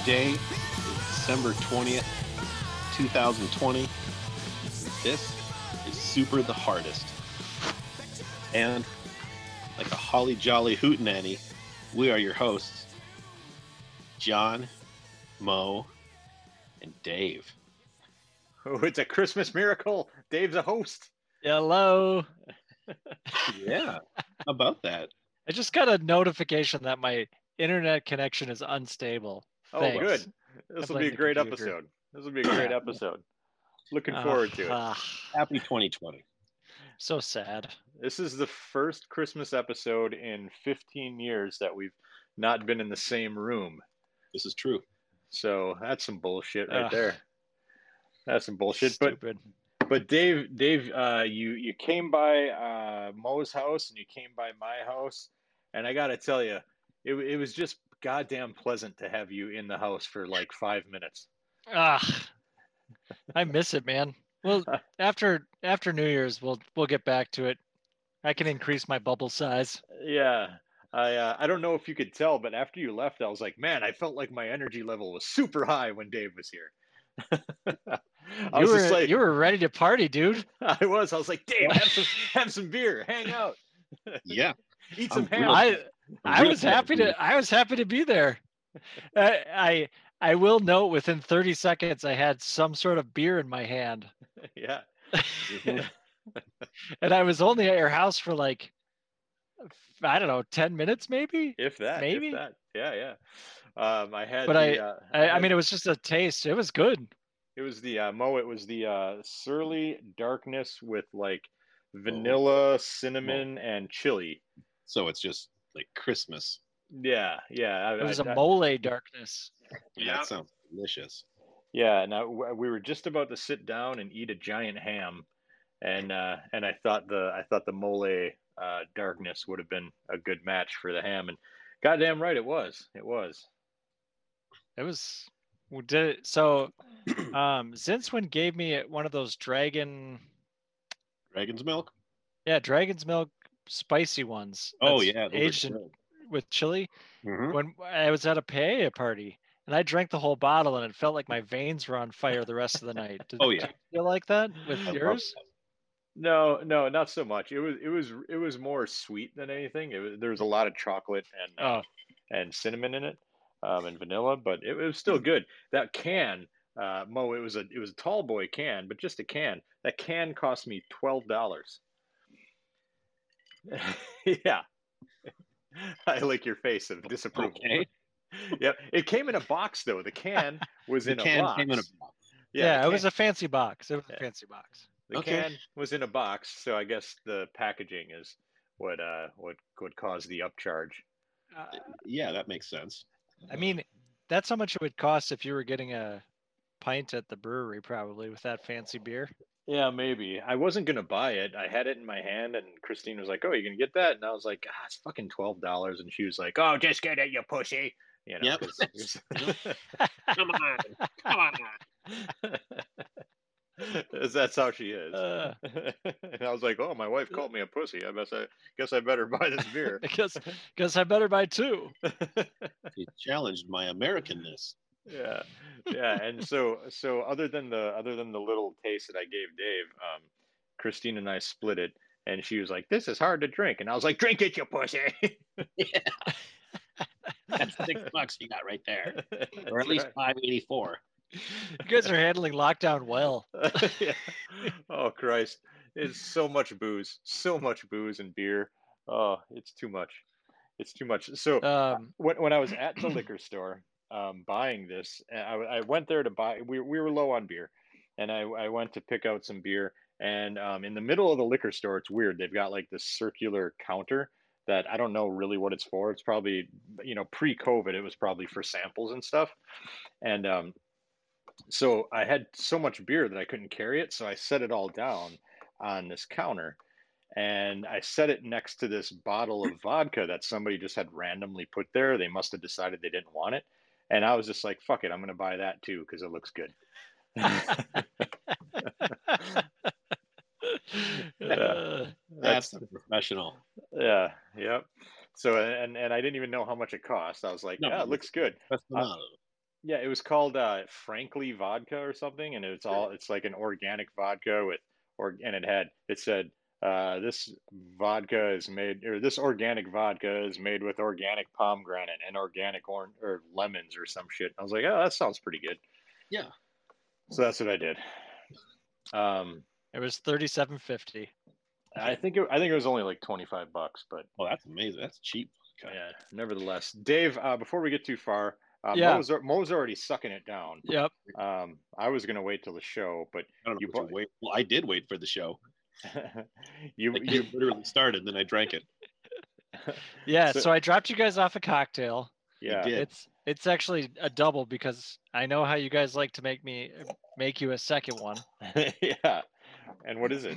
Today is December 20th, 2020. This is Super the Hardest. And like a holly jolly hootenanny, we are your hosts, John, Mo, and Dave. Oh, it's a Christmas miracle. Dave's a host. Hello. Yeah. How about that? I just got a notification that my internet connection is unstable. Oh, Thanks. good. This will blame be a the great computer. episode. This will be a great Yeah. episode. Looking Ah, forward to it. ah, Happy 2020. so sad. This is the first Christmas episode in 15 years that we've not been in the same room. This is true. So that's some bullshit right Ugh. there. That's some bullshit. But Stupid. but Dave Dave, uh, you you came by uh, Mo's house and you came by my house, and I gotta tell you, it it was just goddamn pleasant to have you in the house for like five minutes. Ah, I miss it, man. Well, after after New Year's, we'll we'll get back to it. I can increase my bubble size. Yeah. I uh, I don't know if you could tell, but after you left, I was like, man, I felt like my energy level was super high when Dave was here. I you was were just like, you were ready to party, dude. I was. I was like, Dave, have some, have some beer, hang out, Yeah. eat I'm some real- ham. Um, I I Real was talk, happy dude. to I was happy to be there. I I, I will note within 30 seconds I had some sort of beer in my hand. yeah, Mhm. and I was only at your house for like I don't know, ten minutes maybe. if that, Maybe. if that, yeah, yeah. Um, I had, But the, I- uh, I, I had- mean, it was just a taste. It was good. it was the uh, Mo. It was the uh, surly darkness with like Oh. vanilla, cinnamon, and chili. So it's just like Christmas. Yeah, yeah. I- It was I- a I- mole darkness. And Yeah. That sounds delicious. Yeah, now we were just about to sit down and eat a giant ham, and uh, and I thought the I thought the mole uh, darkness would have been a good match for the ham, and goddamn right it was, it was. It was. We did it. So, um, Zinswin gave me one of those dragon, Dragon's milk? yeah, dragon's milk spicy ones. Oh, that's yeah. aged in, with chili. Mm-hmm. When I was at a paella party and I drank the whole bottle and it felt like my veins were on fire the rest of the night. Did Oh, yeah. do you feel like that with I love yours? No, no, not so much. It was it was it was more sweet than anything. It was, there was a lot of chocolate and uh, Oh, and cinnamon in it, um, and vanilla, but it, was still good. That can, uh, Mo, it was a it was a tall boy can, but just a can. That can cost me twelve dollars. yeah, I like your face of disapproval. Okay. Yep, it came in a box though. The can was The in a can box. came in a box. yeah, the it was can- a fancy box. It was Yeah. a fancy box. the Okay. can was in a box, so I guess the packaging is what uh what would cause the upcharge. Uh, Yeah, that makes sense. I mean, that's how much it would cost if you were getting a pint at the brewery, probably with that fancy beer. Yeah, maybe. I wasn't gonna buy it. I had it in my hand, and Christine was like, "Oh, you gonna get that?" And I was like, "Ah, it's fucking twelve dollars." And she was like, "Oh, just get it, you pussy." You know, Yep. 'cause it was- Come on. Come on. 'cause that's how she is. Uh, and I was like, "Oh, my wife called me a pussy. I guess I guess I better buy this beer." because because I better buy two. He challenged my Americanness. yeah yeah and so so other than the other than the little taste that i gave dave um christine and i split it and she was like this is hard to drink and i was like drink it you pussy That's six bucks you got right there. Or That's at least right. 584. You guys are handling lockdown well. Yeah. oh christ it's so much booze so much booze and beer oh it's too much it's too much so Um, when, when I was at the liquor store um, buying this, and I, I went there to buy. We, we were low on beer, and I, I went to pick out some beer. And um, in the middle of the liquor store, it's weird. They've got like this circular counter that I don't know really what it's for. It's probably you know pre-COVID, it was probably for samples and stuff. And um, so I had so much beer that I couldn't carry it, so I set it all down on this counter and I set it next to this bottle of vodka that somebody just had randomly put there. They must have decided they didn't want it. And I was just like, fuck it, I'm going to buy that too because it looks good. uh, That's, the professional. yeah, yep. So, and, and I didn't even know how much it cost. I was like, No. yeah, it looks good. That's the Uh, model. Yeah, it was called uh, Frankly Vodka or something, and it's all it's like an organic vodka with or and it had it said uh, this vodka is made or this organic vodka is made with organic pomegranate and organic orange or lemons or some shit. I was like, oh, that sounds pretty good. Yeah. So that's what I did. Um, It was thirty-seven fifty. I think it, I think it was only like twenty five bucks, but Oh, that's amazing. That's cheap. vodka. yeah, nevertheless, Dave. Uh, before we get too far, uh, Yeah. Mo's, Mo's already sucking it down. Yep. Um, I was gonna wait till the show, I but don't know. You You bought- wait. Well, I did wait for the show. you Like, you it literally started, then I drank it. Yeah. So- So, I dropped you guys off a cocktail. yeah did. Yeah. It's it's actually a double because I know how you guys like to make me make you a second one. yeah. And what is it?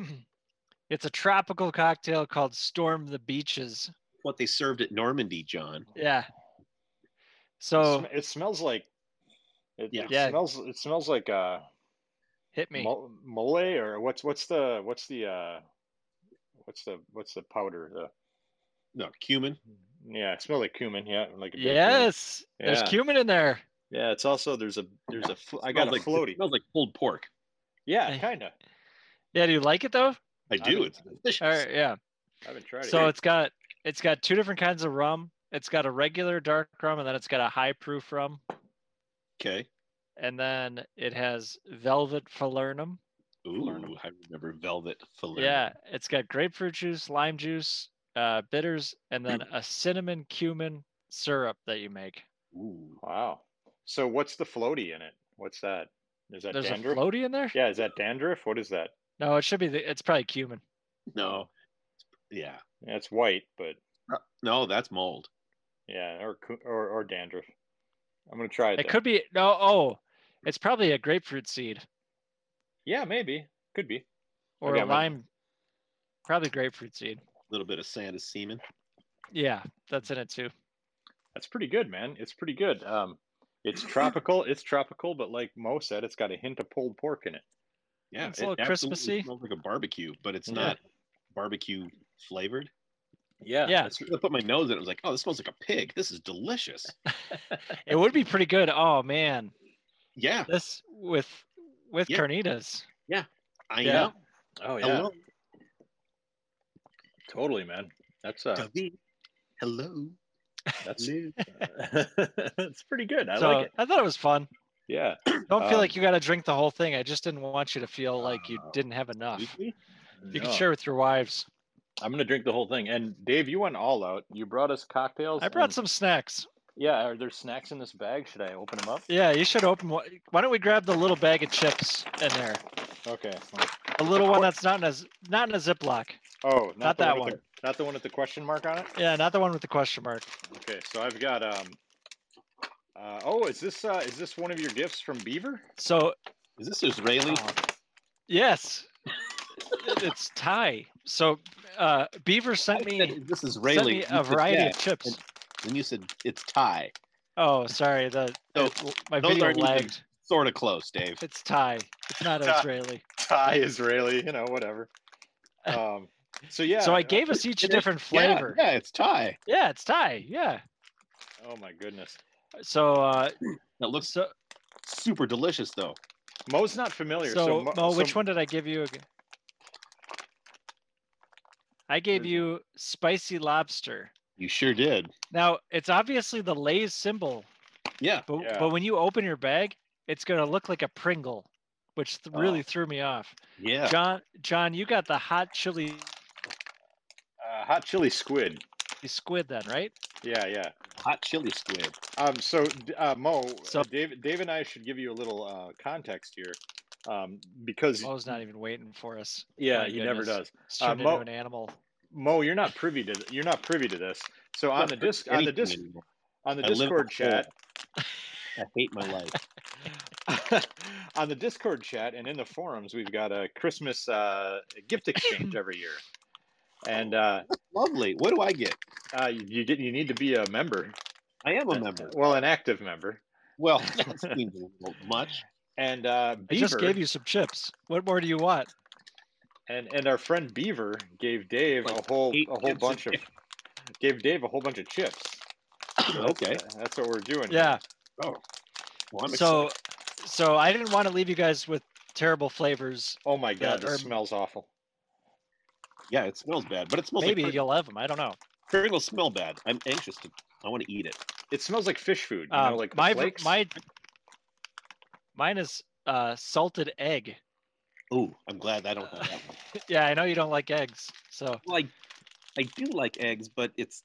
It's a tropical cocktail called Storm the Beaches. What they served at Normandy, John. Yeah. It So sm- it smells like it, Yeah. it Oh. Yeah. smells it smells like uh hit me. mo- mole or what's what's the what's the uh what's the what's the powder the No, cumin. yeah it smells like cumin yeah like a bit of cumin. Yes. Yeah. There's cumin in there. yeah it's also there's a there's a fl- I Smells got a like, floaty Smells like pulled pork. yeah kind of Yeah. Do you like it though? I do. mean, it's delicious. All right. Yeah. I haven't tried So it it's got it's got two different kinds of rum. It's got a regular dark rum, and then it's got a high proof rum, Okay. and then it has velvet falernum. Ooh, I remember velvet fillet. Yeah, it's got grapefruit juice, lime juice, uh, bitters, and then Hmm. a cinnamon cumin syrup that you make. Ooh. wow so what's the floaty in it what's that is that There's dandruff a floaty in there. yeah is that dandruff what is that No, it should be. The, it's probably cumin. No. Yeah. yeah, it's white but No, that's mold. Yeah, or cu- or or dandruff. I'm gonna try it. It though. could be. No. Oh, it's probably a grapefruit seed Yeah, maybe. Could be. or Okay, a I'm gonna- lime. Probably grapefruit seed. A little bit of Santa's semen. Yeah, that's in it too. That's pretty good, man. It's pretty good. Um, it's tropical. It's tropical, but like Mo said, it's got a hint of pulled pork in it. Yeah. It's a little absolutely Christmassy. Smells like a barbecue, but it's Yeah. not barbecue flavored. Yeah. That's- I put my nose in it. I was like, oh, this smells like a pig. This is delicious. It would be pretty good. Oh man, Yeah. this with with Yeah. carnitas. I Yeah. know. Oh yeah. Hello. Totally, man. That's uh, David. Hello. that's Hello. that's pretty good. I so like it. I thought it was fun. Yeah. Don't feel like Um, you got to drink the whole thing. I just didn't want you to feel like you Uh, didn't have enough. Weekly? You No, can share with your wives. I'm gonna drink the whole thing. And Dave, you went all out. You brought us cocktails. I brought and- some snacks. Yeah. Are there snacks in this bag? Should I open them up? Yeah, you should open one. Why don't we grab the little bag of chips in there? Okay. The little one that's not in a z- not in a Ziploc. Oh, not, Not the that one. with the- not the one with the question mark on it. Yeah, not the one with the question mark. Okay, so I've got um. Uh, oh, is this uh, is this one of your gifts from Beaver? So Is this Israeli? Oh. yes, It- it's Thai. So uh, Beaver I sent me, said, sent "Is this Israeli. me You a said, variety "Yeah." of chips. And you said it's Thai. Oh, sorry. The So, it- my those video aren't even- lagged. Sort of close, Dave. It's Thai. It's not Thai. Israeli. Thai Israeli, you know, whatever. Um, so yeah. so I uh, gave us each a it is- different Yeah, flavor. Yeah, yeah, it's Thai. it's Thai. Yeah. Oh my goodness, So uh, That looks so super delicious, though. Mo's not familiar. So, so Mo, Mo, which so- one did I give you again? I gave There's- you spicy lobster. You sure did. Now it's obviously the Lay's symbol, Yeah. but Yeah. but when you open your bag, it's gonna look like a Pringle, which th- really Oh. threw me off. Yeah. John, John, you got the hot chili Uh, hot chili squid. squid then, right? Yeah, yeah. Hot chili squid. Um, so d- uh, Mo, So- uh, Dave, Dave, and I should give you a little uh, context here, um, because Mo's not even waiting for us. yeah, Oh my he never goodness. does. It's Uh, turned Mo- into an animal. Mo, you're not privy to th- you're not privy to this. So on Not the for disc on the anything disc anymore. on the I live in a Discord hole. chat, I hate my life. on the Discord chat and in the forums, we've got a Christmas uh, gift exchange every year, and uh, Lovely. What do I get? uh, you you, did, you need to be a member, uh, I am a member. well, an active member. Well, that seems a little much. And uh, I Beaver just gave you some chips. What more do you want? and and our friend Beaver gave Dave Like a whole eight a chips whole and bunch of gave Dave a whole bunch of chips. So that's- Okay. that's what we're doing. here. Yeah. Oh. Well, I'm so, excited. so I didn't want to leave you guys with terrible flavors. Oh my god, Yeah, this or- smells awful. yeah, it smells bad, but it smells Maybe like Pring- you'll love them. I don't know. Pringles smell bad. I'm anxious to. I want to eat it. It smells like fish food. You Um, know, like the my flakes. my mine is uh, salted egg. Oh, I'm glad I don't have that one. yeah, I know you don't like eggs, so Well, I, I do like eggs, but it's,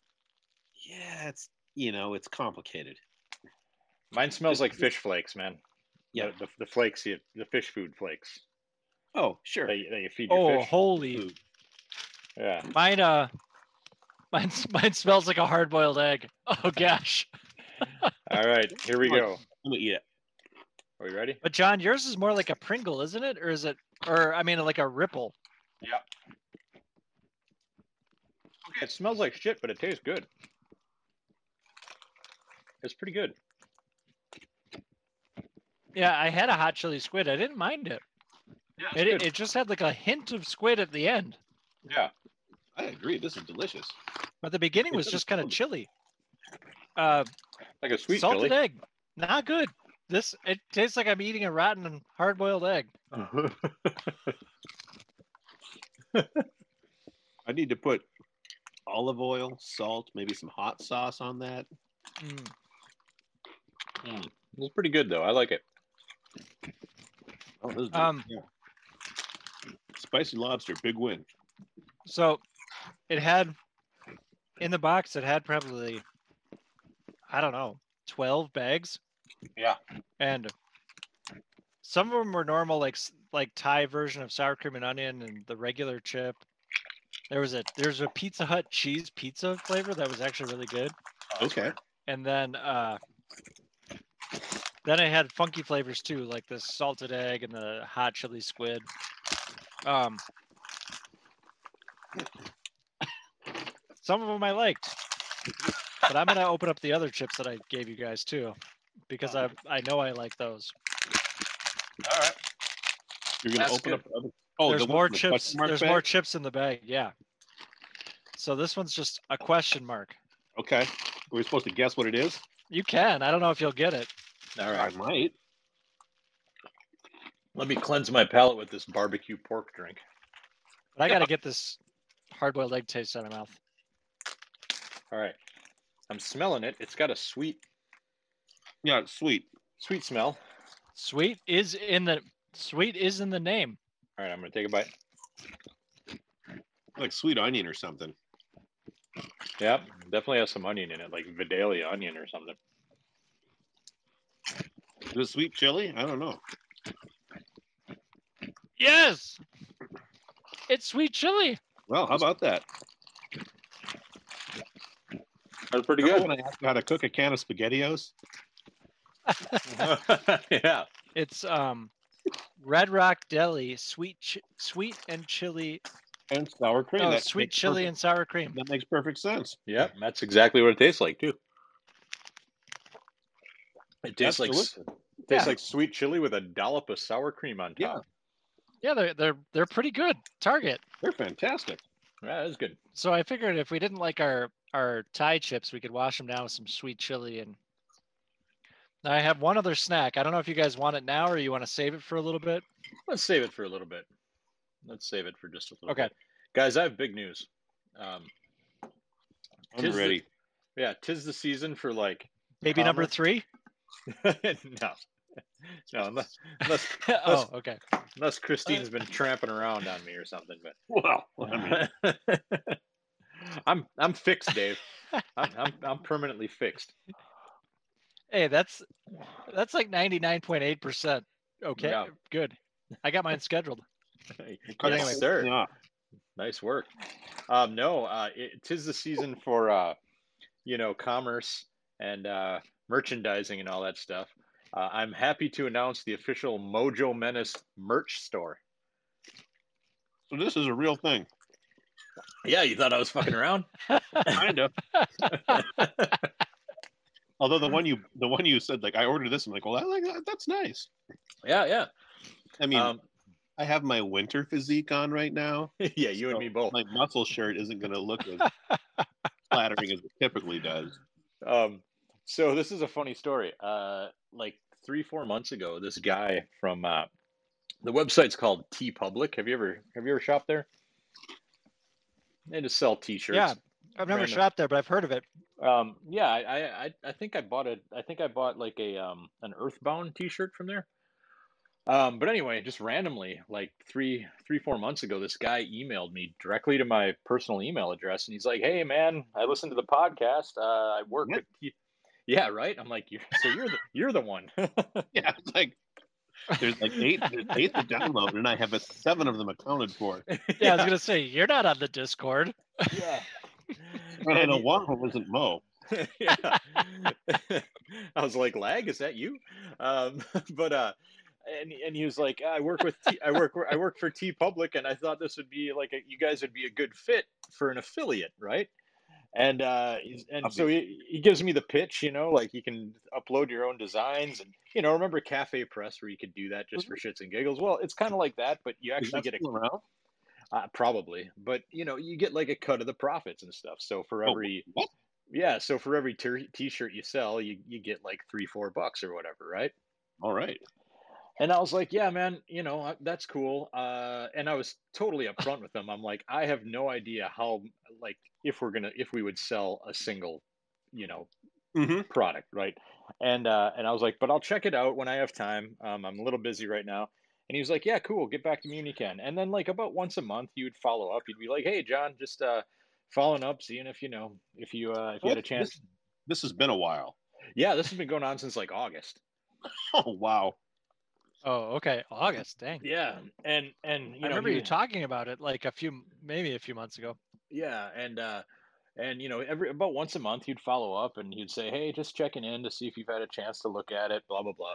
yeah, it's you know, it's complicated. Mine smells like fish flakes, man. Yeah. The, the, the flakes, you, the fish food flakes Oh, sure. that you, that you feed your oh fish. holy Ooh. Yeah. mine uh mine mine smells like a hard boiled egg. Oh gosh. All right, here we go. Let me eat it. Are we ready? But John, yours is more like a Pringle, isn't it? Or is it or I mean like a ripple. Okay, it smells like shit, but it tastes good. It's pretty good. Yeah, I had a hot chili squid. I didn't mind it. Yeah, it's It, good. it just had like a hint of squid at the end. yeah. I agree. This is delicious. But the beginning It was doesn't just kind of smell good. chili. Uh like a sweet salted chili. egg. Not good. This it tastes like I'm eating a rotten hard boiled egg. I need to put olive oil, salt, maybe some hot sauce on that. Mm. It's pretty good though. I like it. Oh, this is Um, yeah. spicy lobster, big win. So it had in the box it had probably I don't know, 12 bags. Yeah. And some of them were normal like s- like Thai version of sour cream and onion and the regular chip. There was a there's a Pizza Hut cheese pizza flavor that was actually really good. Okay. And then uh then I had funky flavors too, like the salted egg and the hot chili squid. Um some of them I liked. But I'm gonna open up the other chips that I gave you guys too, because I I know I like those. All right. You're gonna That's open good. up. the other- Oh, there's the one more with the question chips. mark There's bag? more chips in the bag. Yeah. So this one's just a question mark. Okay. We're supposed to guess what it is. You can. I don't know if you'll get it. All I right. might. Let me cleanse my palate with this barbecue pork drink. But I gotta get this hard-boiled egg taste out of my mouth. All right. I'm smelling it. It's got a sweet, Yeah, it's sweet. sweet smell. Sweet is in the sweet is in the name. All right, I'm gonna take a bite. Like sweet onion or something. Yep, definitely has some onion in it, like Vidalia onion or something. Is it sweet chili? I don't know. Yes. It's sweet chili. Well, how about that? That's pretty Remember when I asked you how to cook a can of spaghettios? yeah. It's um Red Rock Deli sweet ch- sweet and chili And sour cream. oh, That sweet makes chili perfect- and sour cream. that makes perfect sense. Yep, that's exactly what it tastes like too. It That's tastes like s- Yeah. tastes like sweet chili with a dollop of sour cream on top. Yeah, they're they're they're pretty good. Target. They're fantastic. Yeah, that's good. So I figured if we didn't like our our Thai chips, we could wash them down with some sweet chili and. Now I have one other snack. I don't know if you guys want it now or you want to save it for a little bit. Let's save it for a little bit. Let's save it for just a little Okay. bit. Guys, I have big news. Um, I'm Tis the- ready. yeah, tis the season for like Uh, Baby number Omelet? three. no. No, unless unless, oh, okay. unless Christine's been tramping around on me or something, but Well, I mean, I'm I'm fixed, Dave. I'm, I'm I'm permanently fixed. Hey, that's that's like ninety nine point eight percent. Okay, Yeah. good. I got mine scheduled. cut yes, the whole sir. thing off. Nice work. Um, no, uh, it, tis the season for uh, you know commerce and uh, merchandising and all that stuff. Uh, I'm happy to announce the official Mojo Menace merch store. So this is a real thing. Yeah, you thought I was fucking around? kind of. Although the one you the one you said like I ordered this, I'm like, well, I like that. that's nice. yeah, yeah. I mean, um, I have my winter physique on right now. yeah, you and me both. My muscle shirt isn't going to look as flattering as it typically does. Um, so this is a funny story. Uh, like three four months ago. This guy from uh, the website's called T Public. Have you ever have you ever shopped there? They just sell T-shirts. Yeah, I've never Random. shopped there, but I've heard of it. Um, yeah, I, I, I- I think I bought a, I think I bought like a, um, an Earthbound T-shirt from there. Um, but anyway, just randomly, like three, three, four months ago, this guy emailed me directly to my personal email address, and he's like, "Hey, man, I listened to the podcast. Uh, I work What? with, T-" yeah, right." I'm like, "You're so you're the you're the one." Yeah, it's like there's like eight, there's eight to download, and I have a seven of them accounted for. Yeah, I was gonna say you're not on the Discord. yeah. I don't And know he- why it wasn't Mo. yeah. I was like, "Lag, is that you?" Um, but uh, and and he was like, "I work with T- I work I work for T Public, and I thought this would be like a, you guys would be a good fit for an affiliate, right?" And uh, he's- and so he, he gives me the pitch, you know, like you can upload your own designs, and you know, remember Cafe Press where you could do that just for shits and giggles. Well, it's kind of like that, but you Is actually that get a still around? uh, probably, but you know, you get like a cut of the profits and stuff. So for Oh, every what? yeah, so for every ter- t-shirt you sell, you you get like 3 4 bucks or whatever, right? All right. And I was like, yeah, man, you know, uh, that's cool. Uh and I was totally upfront with them. I'm like, I have no idea how like if we're going to if we would sell a single, you know, Mm-hmm. product, right? And uh, and I was like, but I'll check it out when I have time. Um, I'm a little busy right now. And he was like, yeah, cool. Get back to me when you can. And then like about once a month, you would follow up. You'd be like, hey, John, just uh, following up, seeing if you know if you uh, Oh, if you had a This- chance. This has been a while. Yeah, this has been going on since like August. Oh wow. Oh, okay, August. Dang. Yeah, and and you know, I remember you he- talking about it like a few, maybe a few months ago. Yeah, and uh and you know, every about once a month he'd follow up and he'd say, "Hey, just checking in to see if you've had a chance to look at it, blah blah blah."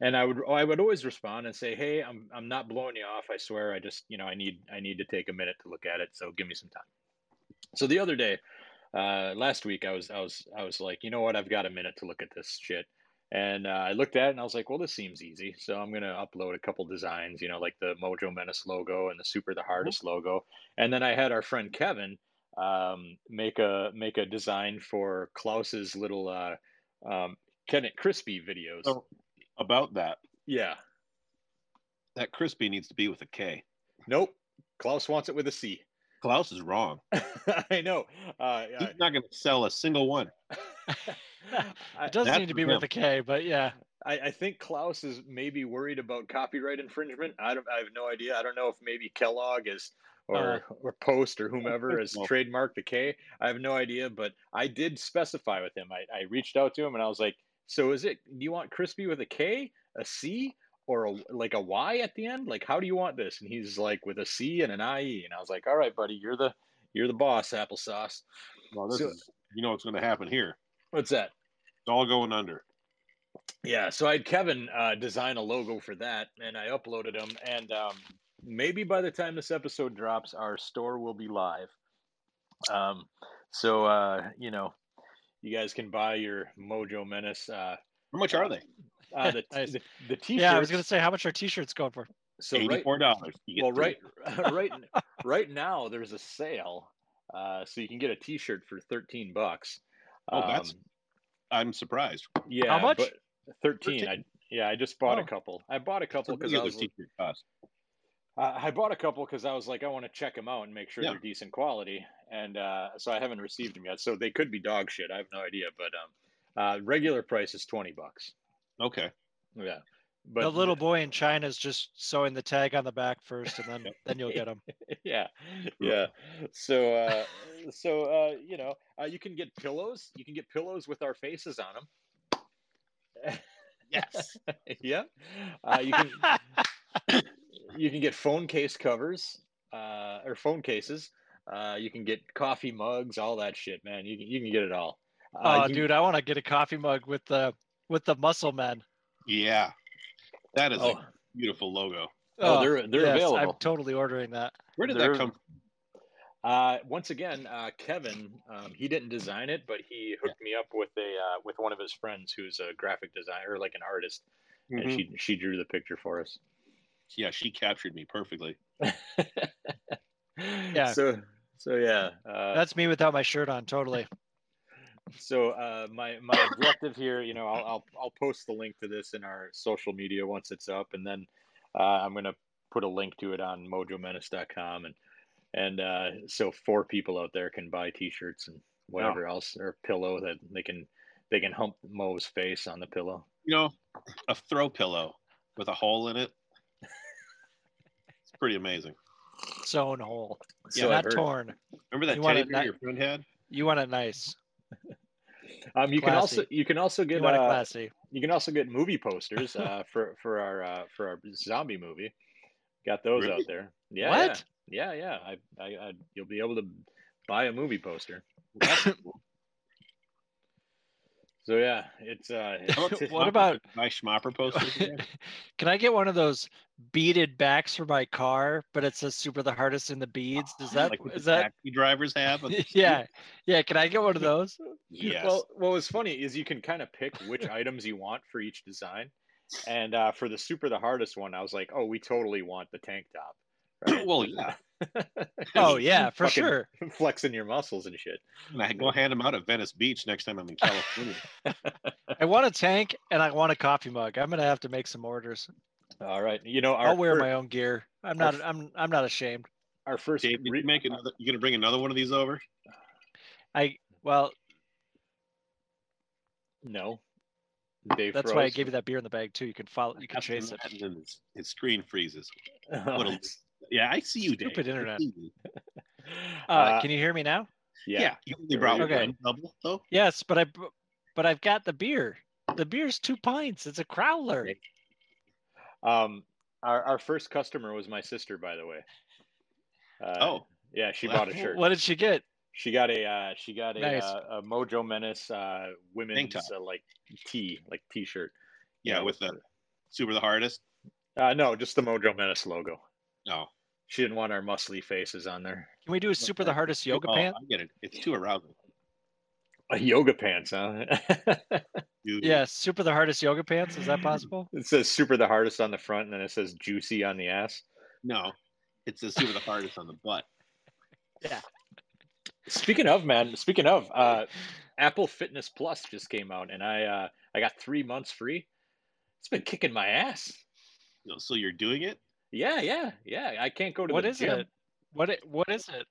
And I would I would always respond and say, "Hey, I'm I'm not blowing you off, I swear. I just, you know, I need I need to take a minute to look at it, so give me some time." So the other day, uh last week I was I was I was like, "You know what? I've got a minute to look at this shit." And uh, I looked at it and I was like, "Well, this seems easy." So I'm going to upload a couple designs, you know, like the Mojo Menace logo and the Super the Hardest logo. And then I had our friend Kevin um, make a make a design for Klaus's little uh, um, Ken it crispy videos. So about that, Yeah. that crispy needs to be with a K. Nope. Klaus wants it with a C. Klaus is wrong. I know. Uh, He's not going to sell a single one. I, It does That's need to be him. with a K, but yeah, I, I think Klaus is maybe worried about copyright infringement. I don't. I have no idea. I don't know if maybe Kellogg is or or Post or whomever has Well- trademarked the K. I have no idea, but I did specify with him. I, I reached out to him and I was like, "So is it? Do you want crispy with a K, a C, or a, like a Y at the end? Like, how do you want this?" And he's like, "With a C and an IE." And I was like, "All right, buddy, you're the you're the boss, applesauce." Well, this So- is you know what's going to happen here. What's that? It's all going under. Yeah, so I had Kevin uh, design a logo for that, and I uploaded them. And um, maybe by the time this episode drops, our store will be live. Um, so uh, you know, you guys can buy your Mojo Menace. Uh, How much are they? uh, the, Nice. the the t-shirts. yeah. I was gonna say, how much are T-shirts going for? so right, Eighty-four dollars. well, right, right, right now there's a sale, uh, so you can get a T-shirt for thirteen bucks. Oh, that's- Um, I'm surprised. yeah. much? but- Thirteen. 13. I, yeah, I just bought Oh. a couple. I bought a couple because I Regular was t-shirt cost. Uh, I bought a couple because I was like, I want to check them out and make sure Yeah. they're decent quality, and uh, so I haven't received them yet. So they could be dog shit. I have no idea, but um, uh, regular price is twenty bucks. Okay. Yeah, but the little boy in China is just sewing the tag on the back first, and then then you'll get them. yeah, yeah. So, uh, so uh, you know, uh, you can get pillows. You can get pillows with our faces on them. Yes. yeah, uh, you can. you can get phone case covers uh, or phone cases. Uh, you can get coffee mugs, all that shit, man. You can you can get it all. Uh, oh, you- dude, I want to get a coffee mug with the with the muscle men. yeah. That is Oh, a beautiful logo. oh, they're they're yes, available. I'm totally ordering that. Where did They're- that come from? Uh, once again, uh, Kevin, um, he didn't design it, but he hooked me up with a uh, with one of his friends who's a graphic designer, like an artist, and Mm-hmm. she she drew the picture for us. Yeah, she captured me perfectly. Yeah. So uh, so yeah. Uh, That's me without my shirt on. Totally. so uh, my my objective here, you know, I'll, I'll I'll post the link to this in our social media once it's up, and then uh, I'm gonna put a link to it on mojomenace.com, and and uh, so four people out there can buy T-shirts and whatever else or pillow that they can they can hump Mo's face on the pillow. You know, a throw pillow with a hole in it. It's pretty amazing. Sewn hole. So Yeah, I've not heard. torn. Remember that You want teddy a bear ni- your friend had? You want a nice. Um, you can Classy. also you can also You get want a uh, classy. you can also get movie posters uh, for for our uh, for our zombie movie. Got those Really? out there. Yeah. what? Yeah, yeah. I, I, I you'll be able to buy a movie poster. So yeah, it's uh, it's- What about- my schmopper posters? Can I get one of those beaded backs for my car, but it says super the hardest in the beads? Is that like what is the that taxi drivers have? yeah. Yeah, can I get one of those? Yes. Well, what was funny is you can kind of pick which items you want for each design, and uh, for the super the hardest one, I was like, oh, we totally want the tank top. Right? well, yeah. Oh yeah, for Fucking- sure. flexing your muscles and shit. And I go hand them out at Venice Beach next time I'm in California. I want a tank and I want a coffee mug. I'm gonna have to make some orders. All right, you know our I'll wear fir- my own gear. I'm our not I'm I'm not ashamed. our first Dave, did re- you make another? You gonna bring another one of these over? I well, no. Dave that's why I froze. gave you that beer in the bag too. You can follow you can After chase it. that, and then His, his screen freezes. Oh, What a- yeah, I see you, Dave. Stupid I internet. see you. Uh, uh, can you hear me now? Yeah. yeah. you only brought Okay. one double though. Yes, but I br- but I've got the beer. The beer's two pints. It's a crowler. Right. Um, our our first customer was my sister, by the way. Uh, oh, yeah, she well, bought a shirt. What did she get? She got a uh, she got a, Nice. uh, a Mojo Menace uh, women's top. uh, like tee like t shirt. yeah, with the super the hardest. uh, no, just the Mojo Menace logo. No, She didn't want our muscly faces on there. Can we do a super the hardest yoga oh, pant? I get it. It's too arousing. Uh, yoga pants, huh? Dude, Yeah, super the hardest yoga pants. Is that possible? it says super the hardest on the front, and then it says juicy on the ass. No, it's the super the hardest on the butt. Speaking of man, speaking of uh, Apple Fitness Plus just came out, and I uh, I got three months free. It's been kicking my ass. You know, so you're doing it. Yeah, yeah, yeah. I can't go to What the is gym. it? What it, what is it?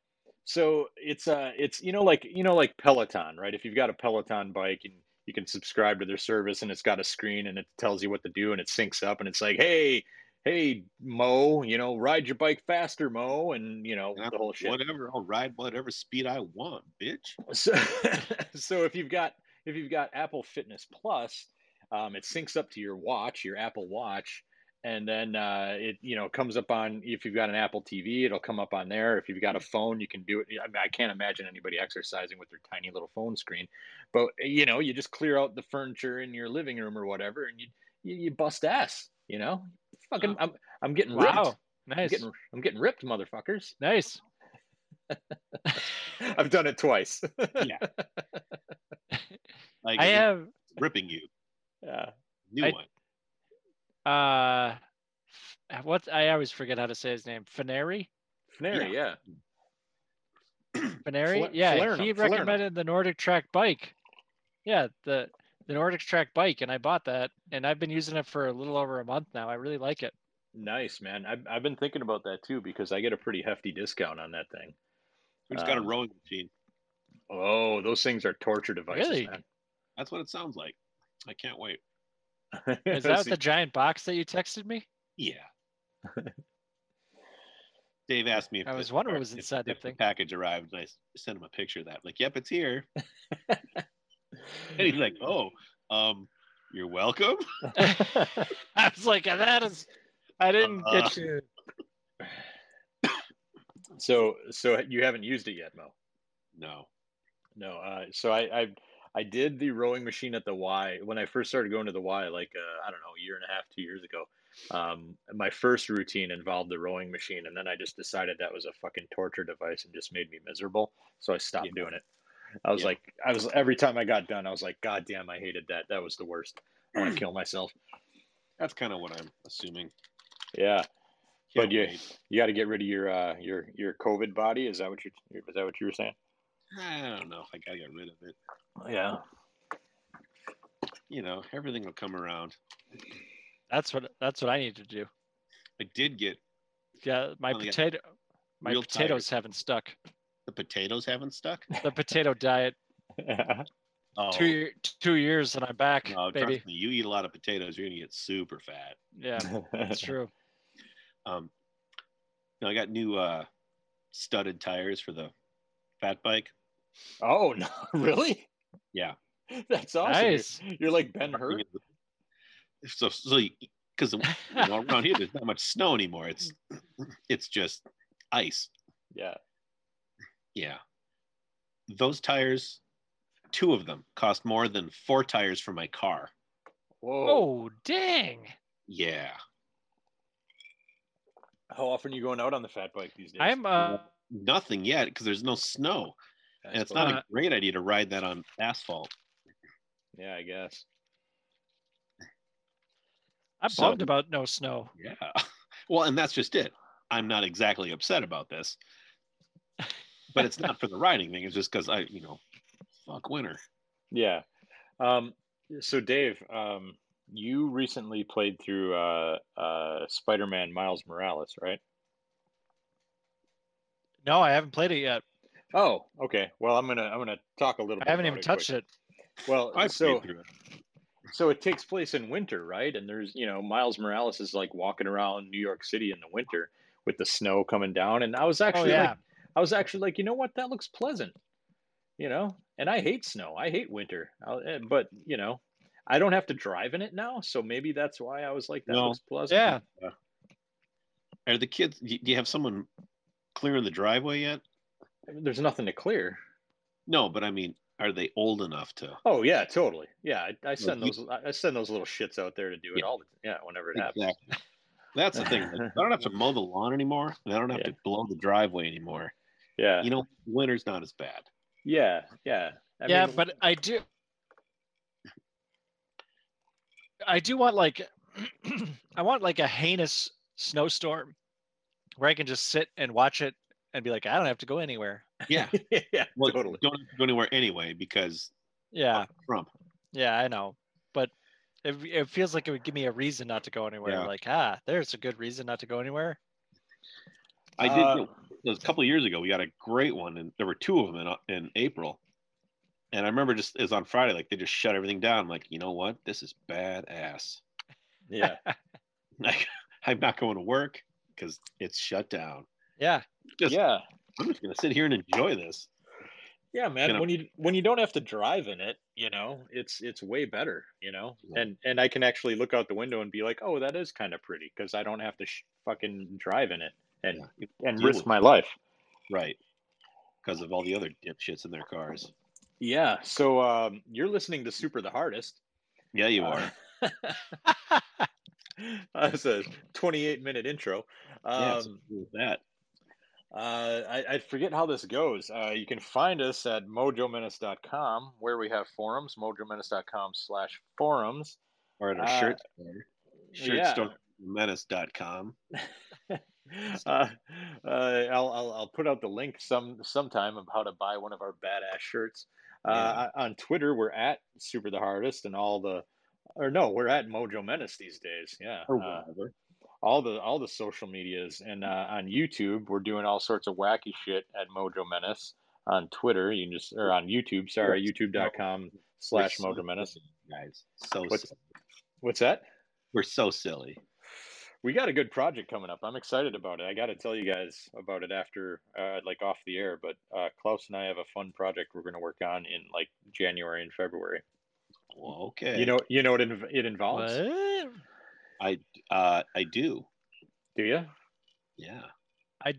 So it's uh it's you know like you know like Peloton, right? If you've got a Peloton bike and you can subscribe to their service and it's got a screen and it tells you what to do and it syncs up and it's like, "Hey, hey Mo, you know, ride your bike faster, Mo." And you know, And I'm the whole like, shit. Whatever, I'll ride whatever speed I want, bitch. So, so if you've got if you've got Apple Fitness Plus, um, it syncs up to your watch, your Apple Watch, and then uh, it you know comes up on if you've got an Apple TV, it'll come up on there. If you've got a phone, you can do it. I, mean, I can't imagine anybody exercising with their tiny little phone screen, but you know you just clear out the furniture in your living room or whatever, and you you, you bust ass. You know, fucking, I'm I'm getting ripped. Wow, I'm nice, getting, I'm getting ripped, motherfuckers. nice. I've done it twice. Like I it's have ripping you. yeah. New I- one. uh, f- what I always forget how to say his name. Fineri, Nary, yeah. Fineri. Fla- Yeah, Falernum, he Falernum. recommended the Nordic Track bike. Yeah, the the Nordic Track bike, and I bought that, and I've been using it for a little over a month now. I really like it. Nice, man. I've, I've been thinking about that too because I get a pretty hefty discount on that thing. It's got a Um, rowing machine. Oh, those things are torture devices, Really? That's what it sounds like. I can't wait. man. Is that the giant box that you texted me? Yeah. Dave asked me if I was this- wondering what or was if- inside that if the thing. package arrived, and I s- sent him a picture of that. Like, yep, it's here. And he's like, "Oh, um, you're welcome." I was like, that is. I didn't Uh, get you. so so you haven't used it yet, Mo? No, No. Uh, so I, I I did the rowing machine at the Y when I first started going to the Y, like uh, I don't know, a year and a half, two years ago. Um, my first routine involved the rowing machine, and then I just decided that was a fucking torture device and just made me miserable. So I stopped Yeah. doing it. I was Yeah. like, I was every time I got done, I was like, God damn, I hated that. That was the worst. I want to kill myself. that's kind of what I'm assuming. Yeah, Can't But you- wait. you got to get rid of your uh, your your COVID body. Is that what you is that what you were saying? I don't know if I gotta get rid of it. Yeah. You know, everything will come around. That's what that's what I need to do. I did get Yeah, my Oh, yeah. potato my Real potatoes haven't stuck. the potatoes haven't stuck. The potato diet Oh, two year, two years and I'm back, no, baby. trust me, you eat a lot of potatoes, you're gonna get super fat. Yeah, that's true. Um, you know, I got new uh, studded tires for the fat bike. oh no! Really? Yeah. That's awesome. You're- Nice. You're, like Ben Hur. So, so because you know, around here there's not much snow anymore. It's it's just ice. Yeah. Yeah. Those tires, two of them cost more than four tires for my car. Whoa. Oh dang. Yeah. How often are you going out on the fat bike these days? I'm uh Nothing yet because there's no snow. I And it's suppose. not a great idea to ride that on asphalt. Yeah, I guess. I'm So- bummed about no snow. Yeah. Well, and that's just it. I'm not exactly upset about this. But it's not for the riding thing. It's just because I, you know, fuck winter. Yeah. Um, so Dave, um, you recently played through uh, uh, Spider-Man Miles Morales, right? No, I haven't played it yet. Oh, okay. Well, I'm gonna I'm gonna talk a little. bit I haven't about even it touched quick. it. Well, I so played through it. so it takes place in winter, right? And there's you know Miles Morales is like walking around New York City in the winter with the snow coming down, and I was Oh actually like, yeah. I was actually like, you know what? That looks pleasant. You know, and I hate snow. I hate winter. I'll, eh, but you know, I don't have to drive in it now, so maybe that's why I was like, that No. looks pleasant. yeah. Are the kids, do you have someone clearing the driveway yet? There's nothing to clear. No, but I mean, are they old enough to? Oh yeah, totally. Yeah, I, I send you- those. I- I send those little shits out there to do it Yeah. all. The, yeah, whenever it happens. Exactly. That's the thing. like, I don't have to mow the lawn anymore, and I don't have to blow the driveway anymore. Yeah, You know, winter's not as bad. yeah, yeah. I yeah, mean, but I do. I do want like, I want like a heinous snowstorm, where I can just sit and watch it and be like, I don't have to go anywhere. Yeah, yeah, well, totally. Don't have to go anywhere anyway because Yeah, Trump. yeah, I know, but it it feels like it would give me a reason not to go anywhere. Yeah. Like, ah, there's a good reason not to go anywhere. I did. Uh, get- it was a couple of years ago. We got a great one, and there were two of them in in April. And I remember just it was on Friday. Like they just shut everything down. I'm like, you know what? This is badass. Yeah, Like I'm not going to work because it's shut down. Yeah, Just yeah, I'm just gonna sit here and enjoy this. yeah, man. You know- When you when you don't have to drive in it, you know, it's it's way better. You know, Yeah. and and I can actually look out the window and be like, oh, that is kind of pretty because I don't have to sh- fucking drive in it and Yeah. and Deal risk with my life. Right. Because of all the other dipshits in their cars. Yeah. So um, you're listening to Super the Hardest. Yeah, you Uh, are. That's a 28 minute intro. yeah, Um, so with that. Uh, I, I forget how this goes. Uh, you can find us at mojomenace.com where we have forums, mojomenace.com slash forums. Or at our uh, shirt store. Shirt yeah. store menace.com. Uh, uh, I'll, I'll, I'll put out the link some sometime of how to buy one of our badass shirts. Uh, on Twitter, we're at Super the Hardest and all the, or no, we're at Mojo Menace these days. Yeah. Or Uh, whatever. all the all the social medias and uh, on YouTube we're doing all sorts of wacky shit at Mojo Menace on Twitter you can just or on YouTube sorry Yes. youtube.com slash We're so Mojo Menace silly, Guys. So What's- silly. what's that we're so silly. we got a good project coming up I'm excited about it I got to tell you guys about it after uh, like off the air but uh, Klaus and I have a fun project we're going to work on in like January and February Well, okay. you know you know what it, inv- it what? involves uh, I do. do you Yeah. I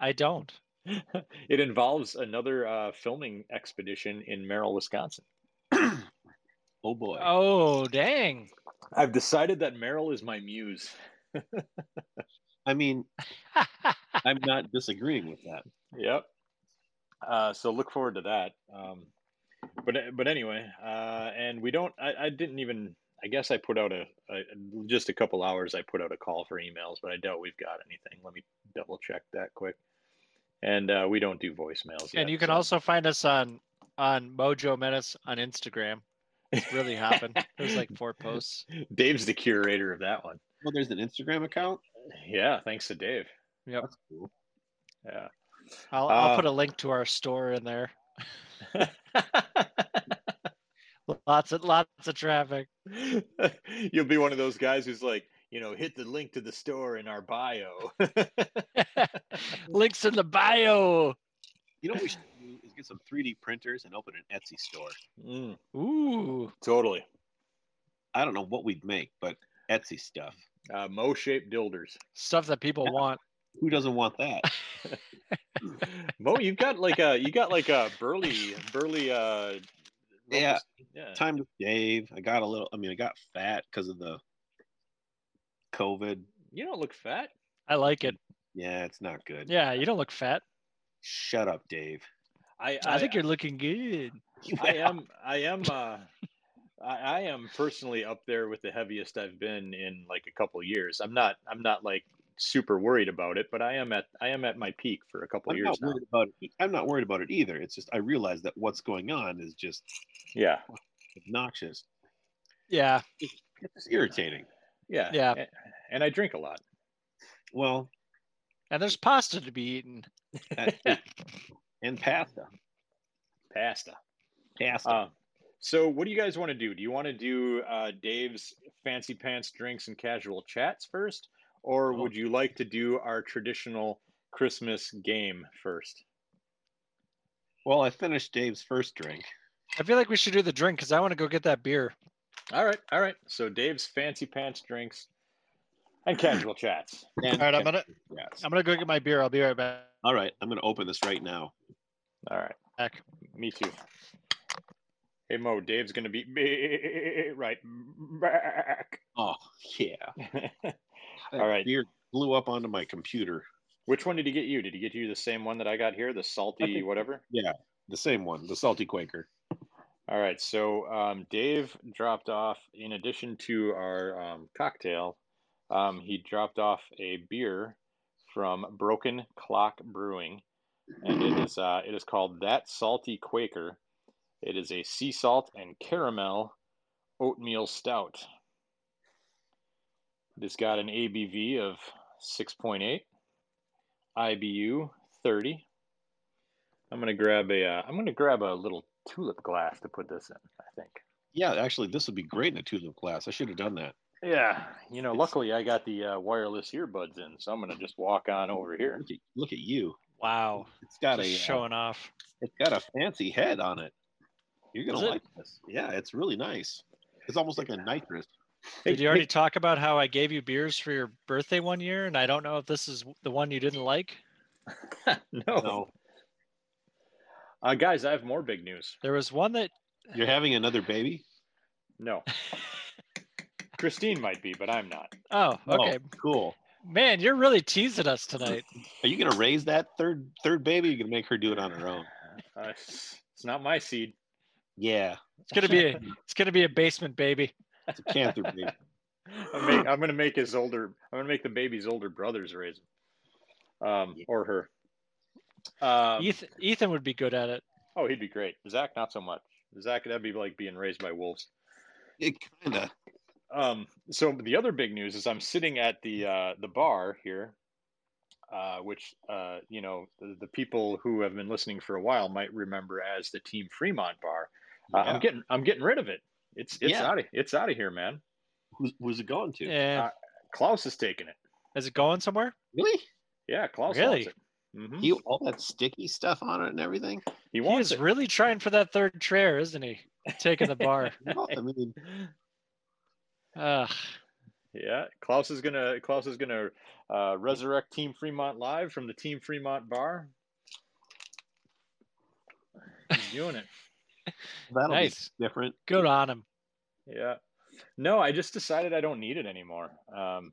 I don't. it involves another uh, filming expedition in Merrill Wisconsin Oh boy. Oh dang! I've decided that Meryl is my muse. I mean, I'm not disagreeing with that. Yep. Uh, so look forward to that. Um, but but anyway, uh, and we don't. I, I didn't even. I guess I put out a, a just a couple hours. I put out a call for emails, but I doubt we've got anything. Let me double check that quick. And uh, we don't do voicemails. and yet, you can so- also find us on on Mojo Menace on Instagram. It's really hopping. There's like four posts. Dave's the curator of that one. Well, there's an Instagram account. Yeah, thanks to Dave. Yep. That's cool. Yeah. I'll, I'll Uh, put a link to our store in there. Lots of lots of traffic. You'll be one of those guys who's like, you know, hit the link to the store in our bio. Links in the bio. You know what we should do is get some 3D printers and open an Etsy store. Mm, Ooh. totally. I don't know what we'd make, but Etsy stuff. Uh, Mo shaped dilders. Stuff that people want. Who doesn't want that? Hmm. Mo, you've got like a you got like a burly burly uh Yeah. yeah. Time to shave. I got a little. I mean, I got fat because of the COVID. You don't look fat. I like it. Yeah, it's not good. Yeah, you don't look fat. Shut up, Dave. I I, think you're looking good. I am. I am. Uh, I, I am personally up there with the heaviest I've been in like a couple years. I'm not. I'm not like super worried about it, but I am at. I am at my peak for a couple I'm years not now. worried about it. I'm not worried about it either. It's just I realize that what's going on is just Yeah. obnoxious. Yeah. It's irritating. Yeah. Yeah. And, and I drink a lot. Well, And there's pasta to be eaten. and pasta, Pasta. pasta. Uh, so what do you guys want to do? Do you want to do uh, Dave's fancy pants drinks and casual chats first, or Oh. would you like to do our traditional Christmas game first? well, I finished Dave's first drink. I feel like we should do the drink because I want to go get that beer. All right, all right. So Dave's fancy pants drinks and casual chats. And, All right, I'm gonna- Yes. I'm gonna go get my beer. I'll be right back. All right, I'm going to open this right now. All right, Heck. me too. Hey Mo, Dave's gonna be right back. Oh yeah. That All right. Beer blew up onto my computer. Which one did he get you? Did he get you the same one that I got here, the salty think- whatever? The same one, the salty Quaker. All right, so um, Dave dropped off, in addition to our um, cocktail, um, he dropped off a beer from Broken Clock Brewing, and it is uh, it is called That Salty Quaker. It is a sea salt and caramel oatmeal stout. It's got an ABV of six point eight, IBU thirty, I'm gonna grab a. Uh, I'm gonna grab a little tulip glass to put this in. I think. Yeah, actually, this would be great in a tulip glass. I should have done that. Yeah. You know, luckily I got the uh, wireless earbuds in, so I'm gonna just walk on over here. Look at, look at you. Wow. It's got Just a uh, showing off. It's got a fancy head on it. You're Is gonna it? like this. Yeah, it's really nice. It's almost like a nitrous. Did you already talk about how I gave you beers for your birthday one year, and I don't know if this is the one you didn't like? no. No. Uh, guys, I have more big news. There was one that You're having another baby? No. Christine might be, but I'm not. oh okay Oh, cool. man you're really teasing us tonight Are you gonna raise that third third baby? Or you gonna make her do it on her own? Uh, it's it's not my seed. Yeah, it's gonna be a, it's gonna be a basement baby it's a cancer baby. I'm, make, I'm gonna make his older. I'm gonna make the baby's older brothers raise him, um, or her. Um, ethan ethan would be good at it Oh, he'd be great. Zach, not so much. Zach, that'd be like being raised by wolves. It kinda. Um, so the other big news is I'm sitting at the uh, the bar here, uh, which uh, you know the, the people who have been listening for a while might remember as the Team Fremont Bar. Uh, Yeah. I'm getting I'm getting rid of it. It's it's Yeah. out of it's out of here, man. Who's, who's it going to? yeah Klaus is taking it. Eh, is it going somewhere Really? Yeah, Klaus wants Really? it. hmm He, You all that sticky stuff on it and everything? he wants is it. really trying for that third chair isn't he taking the bar No, I mean, Ugh. Yeah, Klaus is gonna Klaus is gonna uh, resurrect Team Fremont live from the Team Fremont bar. He's doing it. that'll nice be different. good on him Yeah. No, I just decided I don't need it anymore. Um,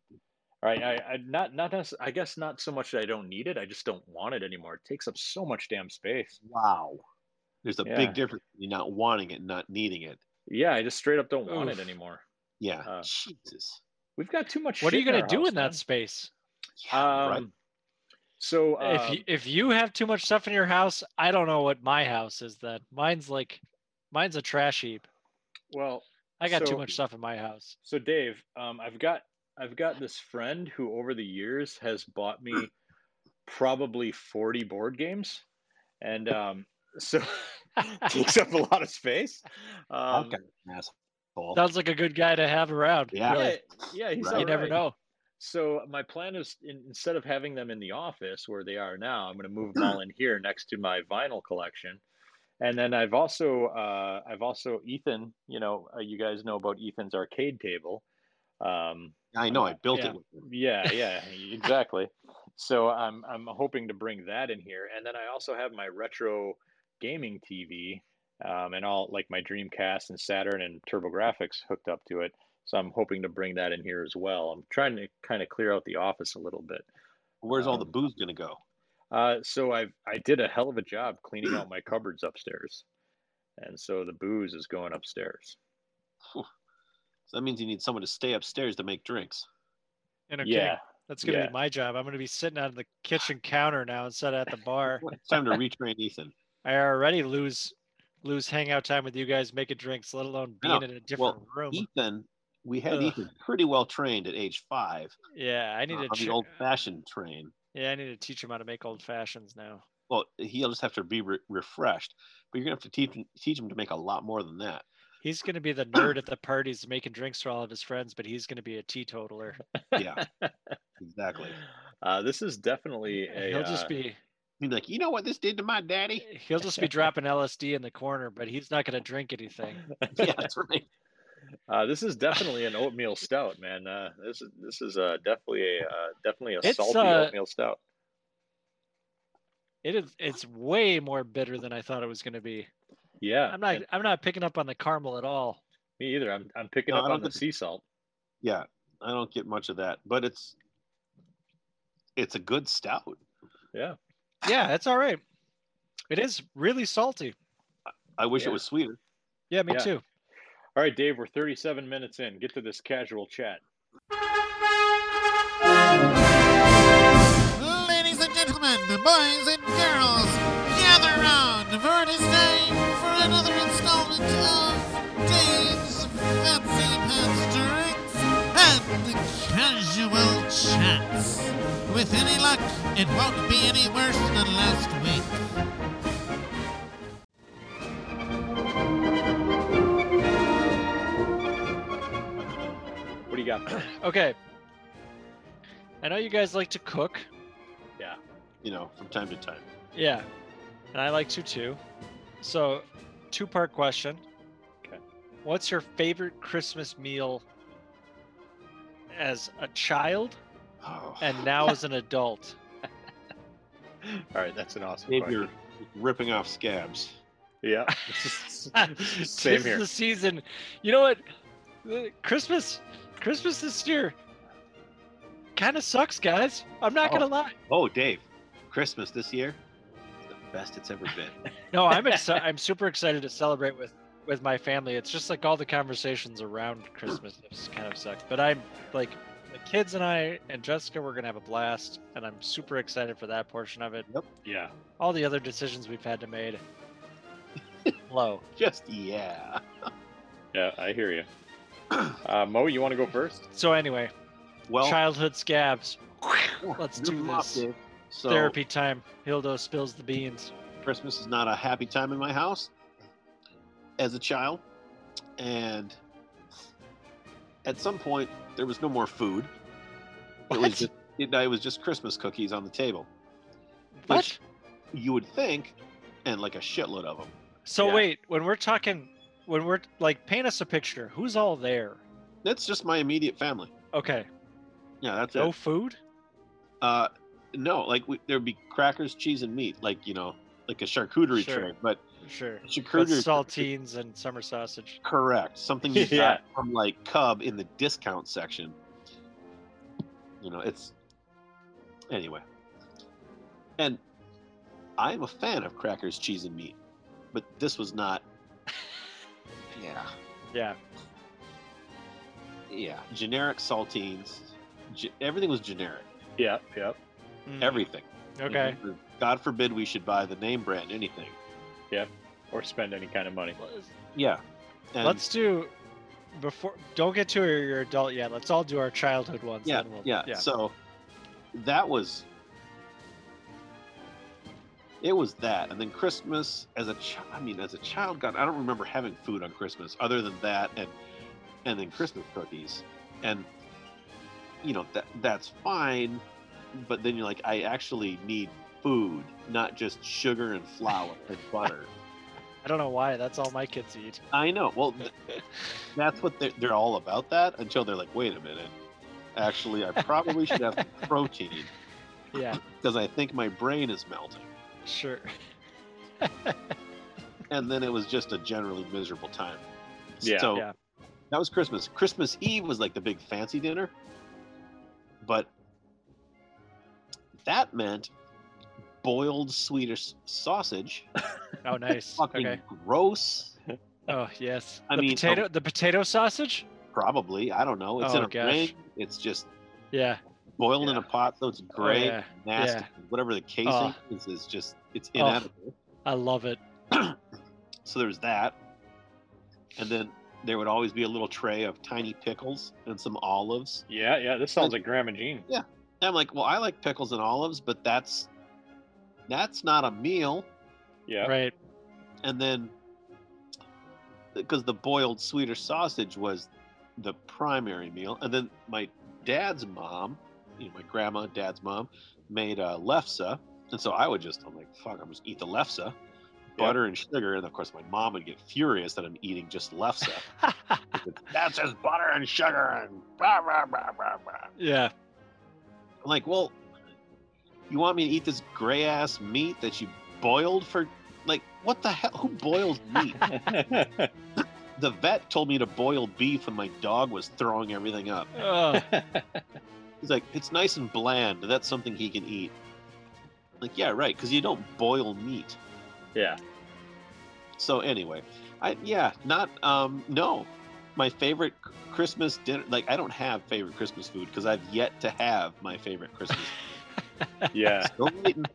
all right, I, I not not necess- I guess not so much that I don't need it. I just don't want it anymore. It takes up so much damn space. Wow. There's a Yeah. big difference between not wanting it and not needing it. Yeah, I just straight up don't want it Oof. anymore. Yeah. Uh, Jesus. We've got too much. what are shit you gonna our do house, in that man. space Yeah, right. Um, So uh, if you, if you have too much stuff in your house, I don't know what my house is. Then mine's like, mine's a trash heap. well, I got So- too much stuff in my house. So Dave, um, I've got I've got this friend who over the years has bought me probably forty board games, and um, so takes up a lot of space. Um, Okay. Asshole. Sounds like a good guy to have around. Yeah. really. yeah, yeah, he's Right. all You never right. know. So my plan is in, instead of having them in the office where they are now, I'm going to move them all in here next to my vinyl collection. And then I've also uh, I've also Ethan, you know, uh, you guys know about Ethan's arcade table. Um, I know. I built Yeah. it. With him. yeah, yeah, exactly. So I'm I'm hoping to bring that in here, and then I also have my retro gaming TV um, and all like my Dreamcast and Saturn and TurboGrafx hooked up to it. So I'm hoping to bring that in here as well. I'm trying to kind of clear out the office a little bit. Where's all the Um, booze gonna go? Uh, so I I did a hell of a job cleaning out my cupboards upstairs, and so the booze is going upstairs. So that means you need someone to stay upstairs to make drinks. You know, Yeah, kidding. That's gonna yeah. be my job. I'm gonna be sitting on the kitchen counter now instead of at the bar. It's time to retrain Ethan. I already lose lose hangout time with you guys making drinks, let alone I know. being in a different Well, room. Ethan, we had Ugh. Ethan pretty well trained at age five yeah, I uh, need on to. the tr- old fashioned train. yeah, I need to teach him how to make old fashions now. Well, he'll just have to be re- refreshed, but you're gonna have to teach teach him to make a lot more than that. He's gonna be the nerd at the parties making drinks for all of his friends, but he's gonna be a teetotaler. Yeah, exactly. Uh, this is definitely a. he'll just uh, be He'd be like, you know what this did to my daddy? he'll just be dropping LSD in the corner, but he's not gonna drink anything. Yeah, that's right. Uh, this is definitely an oatmeal stout, man. Uh, this is this is uh, definitely a uh, definitely a It's, salty uh, oatmeal stout. It is it's way more bitter than I thought it was gonna be. Yeah, I'm not and I'm not picking up on the caramel at all. me either. I'm I'm picking No, I up don't on the think- sea salt. Yeah, I don't get much of that, but it's it's a good stout. Yeah, Yeah, it's all right. It is really salty. I wish Yeah. it was sweeter. Yeah, me Yeah. too. all right, Dave. We're 37 minutes in. Get to this casual chat. Ladies and gentlemen, boys and girls, gather round for it is time for another installment of Dave's Fancy Pants Drinks and Casual Chats. With any luck, it won't be any worse than last week. What do you got? Okay. I know you guys like to cook. You know, from time to time. Yeah. And I like to too. So, two part question. Okay. What's your favorite Christmas meal as a child Oh, and now as an adult? all right, that's an awesome Dave, question. you're ripping off scabs. Yeah, this same here. is the season. You know what? The- Christmas Christmas this year kind of sucks, guys. I'm not going to lie. Oh, Dave, Christmas this year, is the best it's ever been. No, I'm exci- I'm super excited to celebrate with with my family. It's just like all the conversations around Christmas just kind of suck. But I'm like the kids and I and Jessica we're going to have a blast and I'm super excited for that portion of it. Yeah, All the other decisions we've had to made low. Just yeah. yeah, I hear you. Uh, Mo, you want to go first? So anyway, Well, childhood scabs. let's rip do 'em off, this. Dave. So Therapy time. Hildo spills the beans. Christmas is not a happy time in my house as a child. And at some point, there was no more food. It What? was just, it, it was just Christmas cookies on the table. What? You would think, and like a shitload of them. So Yeah. wait, when we're talking when we're like paint us a picture, who's all there? That's just my immediate family. Okay. Yeah, that's No it. food? Uh, no, like we, there'd be crackers, cheese, and meat, like you know, like a charcuterie Sure. tray, but Sure. But charcuterie saltines and summer sausage. Correct. Something you Yeah. got from like Cub in the discount section. You know, it's anyway. And I'm a fan of crackers, cheese, and meat, but this was not. Yeah, Yeah. yeah. Generic saltines. Ge- everything was generic. Yeah, yeah. Mm. Everything. Mm-hmm. Okay. God forbid we should buy the name brand anything. or spend any kind of money. Yeah. And Let's do before. Don't get to your adult yet. Let's all do our childhood ones. yeah, then yeah, yeah. So that was it was that, and then Christmas as a child. I mean, as a child, God, I don't remember having food on Christmas other than that, and and then Christmas cookies, and you know that that's fine, but then you're like, I actually need food, not just sugar and flour and butter. I don't know why. That's all my kids eat. I know. Well, th- that's what they're, they're all about. That until they're like, wait a minute. Actually, I probably should have some protein Yeah. because I think my brain is melting. Sure. And then it was just a generally miserable time. Yeah. So Yeah. that was Christmas. Christmas Eve was like the big fancy dinner, but that meant boiled Swedish sausage. Oh, nice. Fucking okay. gross. Oh, yes. I the mean, oh. potato. The potato sausage. Probably. I don't know. It's Oh, in a gosh. ring. It's just Yeah. Oh, boiled in Yeah. a pot, so it's gray, yeah. nasty. Whatever the casing Oh. is, is just it's Oh. inedible. I love it. So there's that, and then there would always be a little tray of tiny pickles and some olives. Yeah, yeah. This sounds like Grandma Jean. And I'm like, well, I like pickles and olives, but that's that's not a meal. Yeah. Right. And then because the boiled Swedish sausage was the primary meal, and then my dad's mom, you know, my grandma, and dad's mom, made a lefse, and so I would just, I'm like, fuck, I'm just eat the lefse, butter and sugar, and of course my mom would get furious that I'm eating just lefse. That's just butter and sugar and blah blah blah blah blah. yeah. I'm like, well, you want me to eat this gray ass meat that you boiled for? Like, what the hell? Who boils meat? the vet told me to boil beef, and my dog was throwing everything up. Oh, He's like, it's nice and bland. That's something he can eat. Like, yeah, right, because you don't boil meat. yeah. So anyway, I yeah, not um no. My favorite c- Christmas dinner like I don't have favorite Christmas food because I've yet to have my favorite Christmas. Yeah. Still waiting.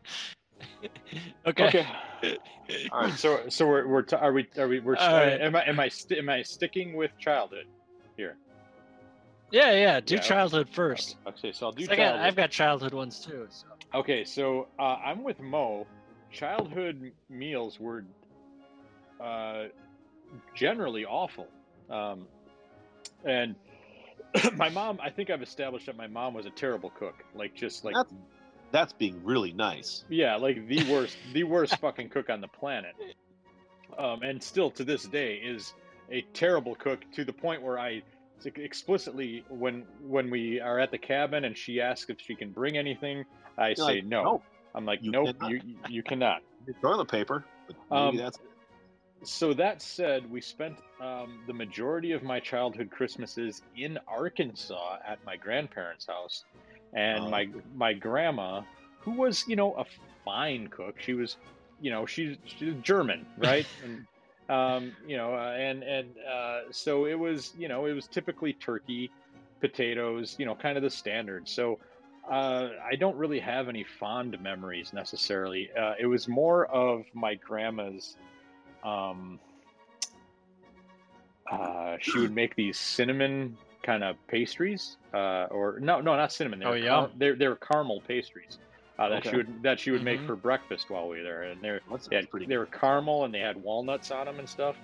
okay. okay. All right. So, so we're we're t- are we are we we're All right. am I am I st- am I sticking with childhood? Yeah, yeah. Do Yeah, okay. childhood first. Okay. So I'll do 'Cause I got, childhood. I've got childhood ones too. So. Okay, so uh, I'm with Mo. Childhood m- meals were uh, generally awful, um, and my mom. I think I've established that my mom was a terrible cook. Like just like That's- That's being really nice. yeah, like the worst, the worst fucking cook on the planet. Um, and still to this day is a terrible cook to the point where I ex- explicitly when when we are at the cabin and she asks if she can bring anything, I say You're like, no. "Nope, I'm like, You nope, cannot." you you cannot. it's toilet paper. But maybe Um, that's So that said, we spent um, the majority of my childhood Christmases in Arkansas at my grandparents' house, and Oh. my my grandma, who was you know a fine cook, she was, you know, she's she's German, right? and, um, you know, uh, and and uh, so it was you know it was typically turkey, potatoes, you know, kind of the standard. So. Uh, I don't really have any fond memories necessarily. Uh, it was more of my grandma's um, uh, she would make these cinnamon kind of pastries, uh, or no, no, not cinnamon. They Oh, were yeah. car- they're they're caramel pastries uh, Okay. that Mm-hmm. she would that she would Mhm. make for breakfast while we were there, and they're that's they, had, pretty they were caramel and they had walnuts on them and stuff.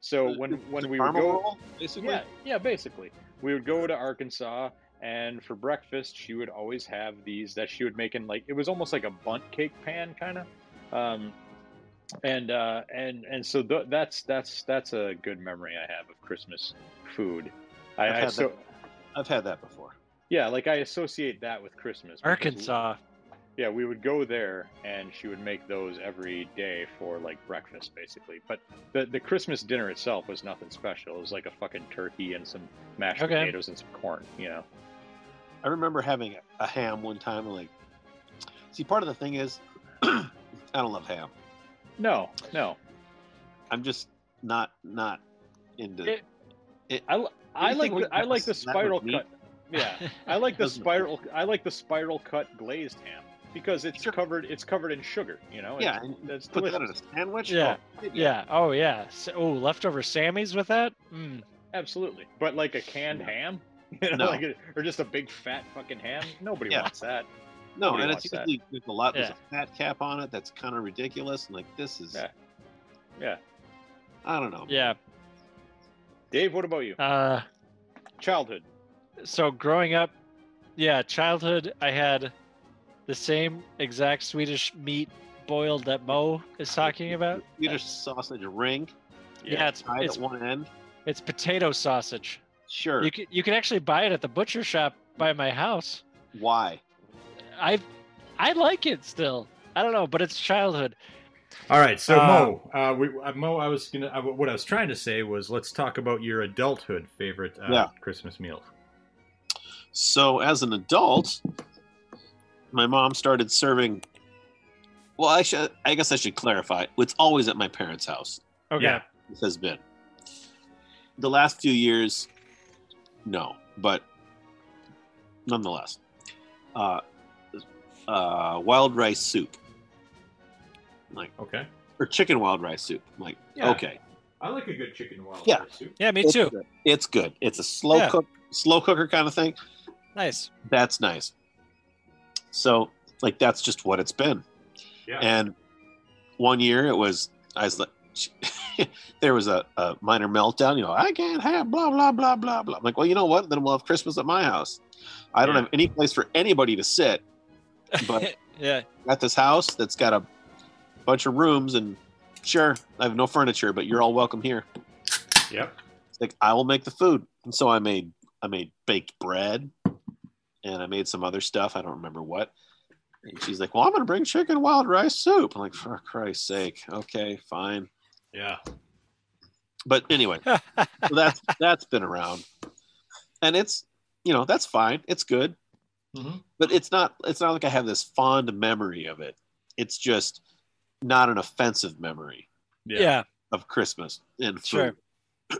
So when when we would Caramel go, roll, basically. yeah, yeah, basically. We would go to Arkansas, and for breakfast, she would always have these that she would make in like it was almost like a bunt cake pan kind of, um, and uh, and and so th- that's that's that's a good memory I have of Christmas food. I've I, I had so that. I've had that before. yeah, like I associate that with Christmas. because- Arkansas. yeah, we would go there, and she would make those every day for like breakfast, basically. But the the Christmas dinner itself was nothing special. It was like a fucking turkey and some mashed Okay. potatoes and some corn. You know? I remember having a- a ham one time. and Like, see, part of the thing is, I don't love ham. No, no. I'm just not not into. It- I li- I Anything like we the, I can like the smack with spiral meat? cut. Yeah, I like the Doesn't- spiral. I like the spiral cut glazed ham. because it's Sure. covered it's covered in sugar. You know. Yeah, It's- and that's Put that in delicious. a sandwich? Yeah, Oh, yeah. Yeah. Oh yeah. So, oh, leftover Sammys with that. Mm. Absolutely. But like a canned No. ham, you know, No. like a, or just a big fat fucking ham. Nobody Yeah. wants that. No, Nobody and it's wants that. usually there's a lot. There's Yeah. a fat cap on it that's kind of ridiculous. And like this is. Yeah. Yeah. I don't know. Yeah. Dave, what about you? Uh, Childhood. so growing up, yeah, childhood, I had the same exact Swedish meat boiled that Mo is talking about. Swedish sausage ring Yeah, it's tied it's at one end. it's potato sausage. Sure. You can you can actually buy it at the butcher shop by my house. Why? I I like it still. I don't know, but it's childhood. All right, so Uh, Mo, uh, we, uh, Mo, I was gonna, I, what I was trying to say was, let's talk about your adulthood favorite uh, Yeah. Christmas meal. So as an adult, my mom started serving. Well, I should. I guess I should clarify. It's always at my parents' house. Okay. Yeah. This has been. The last few years, no, but nonetheless, uh, uh, wild rice soup Okay, or chicken wild rice soup. I'm like, Yeah. okay, I like a good chicken wild Yeah. soup. Yeah, me it's too. good. It's good. It's a slow Yeah. cook, slow cooker kind of thing. Nice. That's nice. So, like, that's just what it's been. Yeah. And one year it was, I was like, there was a, a minor meltdown. You know, I can't have blah blah blah blah blah. I'm like, well, you know what? Then we'll have Christmas at my house. I don't Yeah. have any place for anybody to sit, but yeah. at this house that's got a bunch of rooms and sure, I have no furniture, but you're all welcome here. Yep. It's like I will make the food. And so I made I made baked bread and I made some other stuff. I don't remember what. And she's like, Well, I'm gonna bring chicken wild rice soup. I'm like, for Christ's sake, okay, fine. Yeah. But anyway, so that's that's been around. And it's you know, that's fine. It's good. Mhm. But it's not it's not like I have this fond memory of it. It's just not an offensive memory. Yeah. Yeah. Yeah. of Christmas and Sure. food.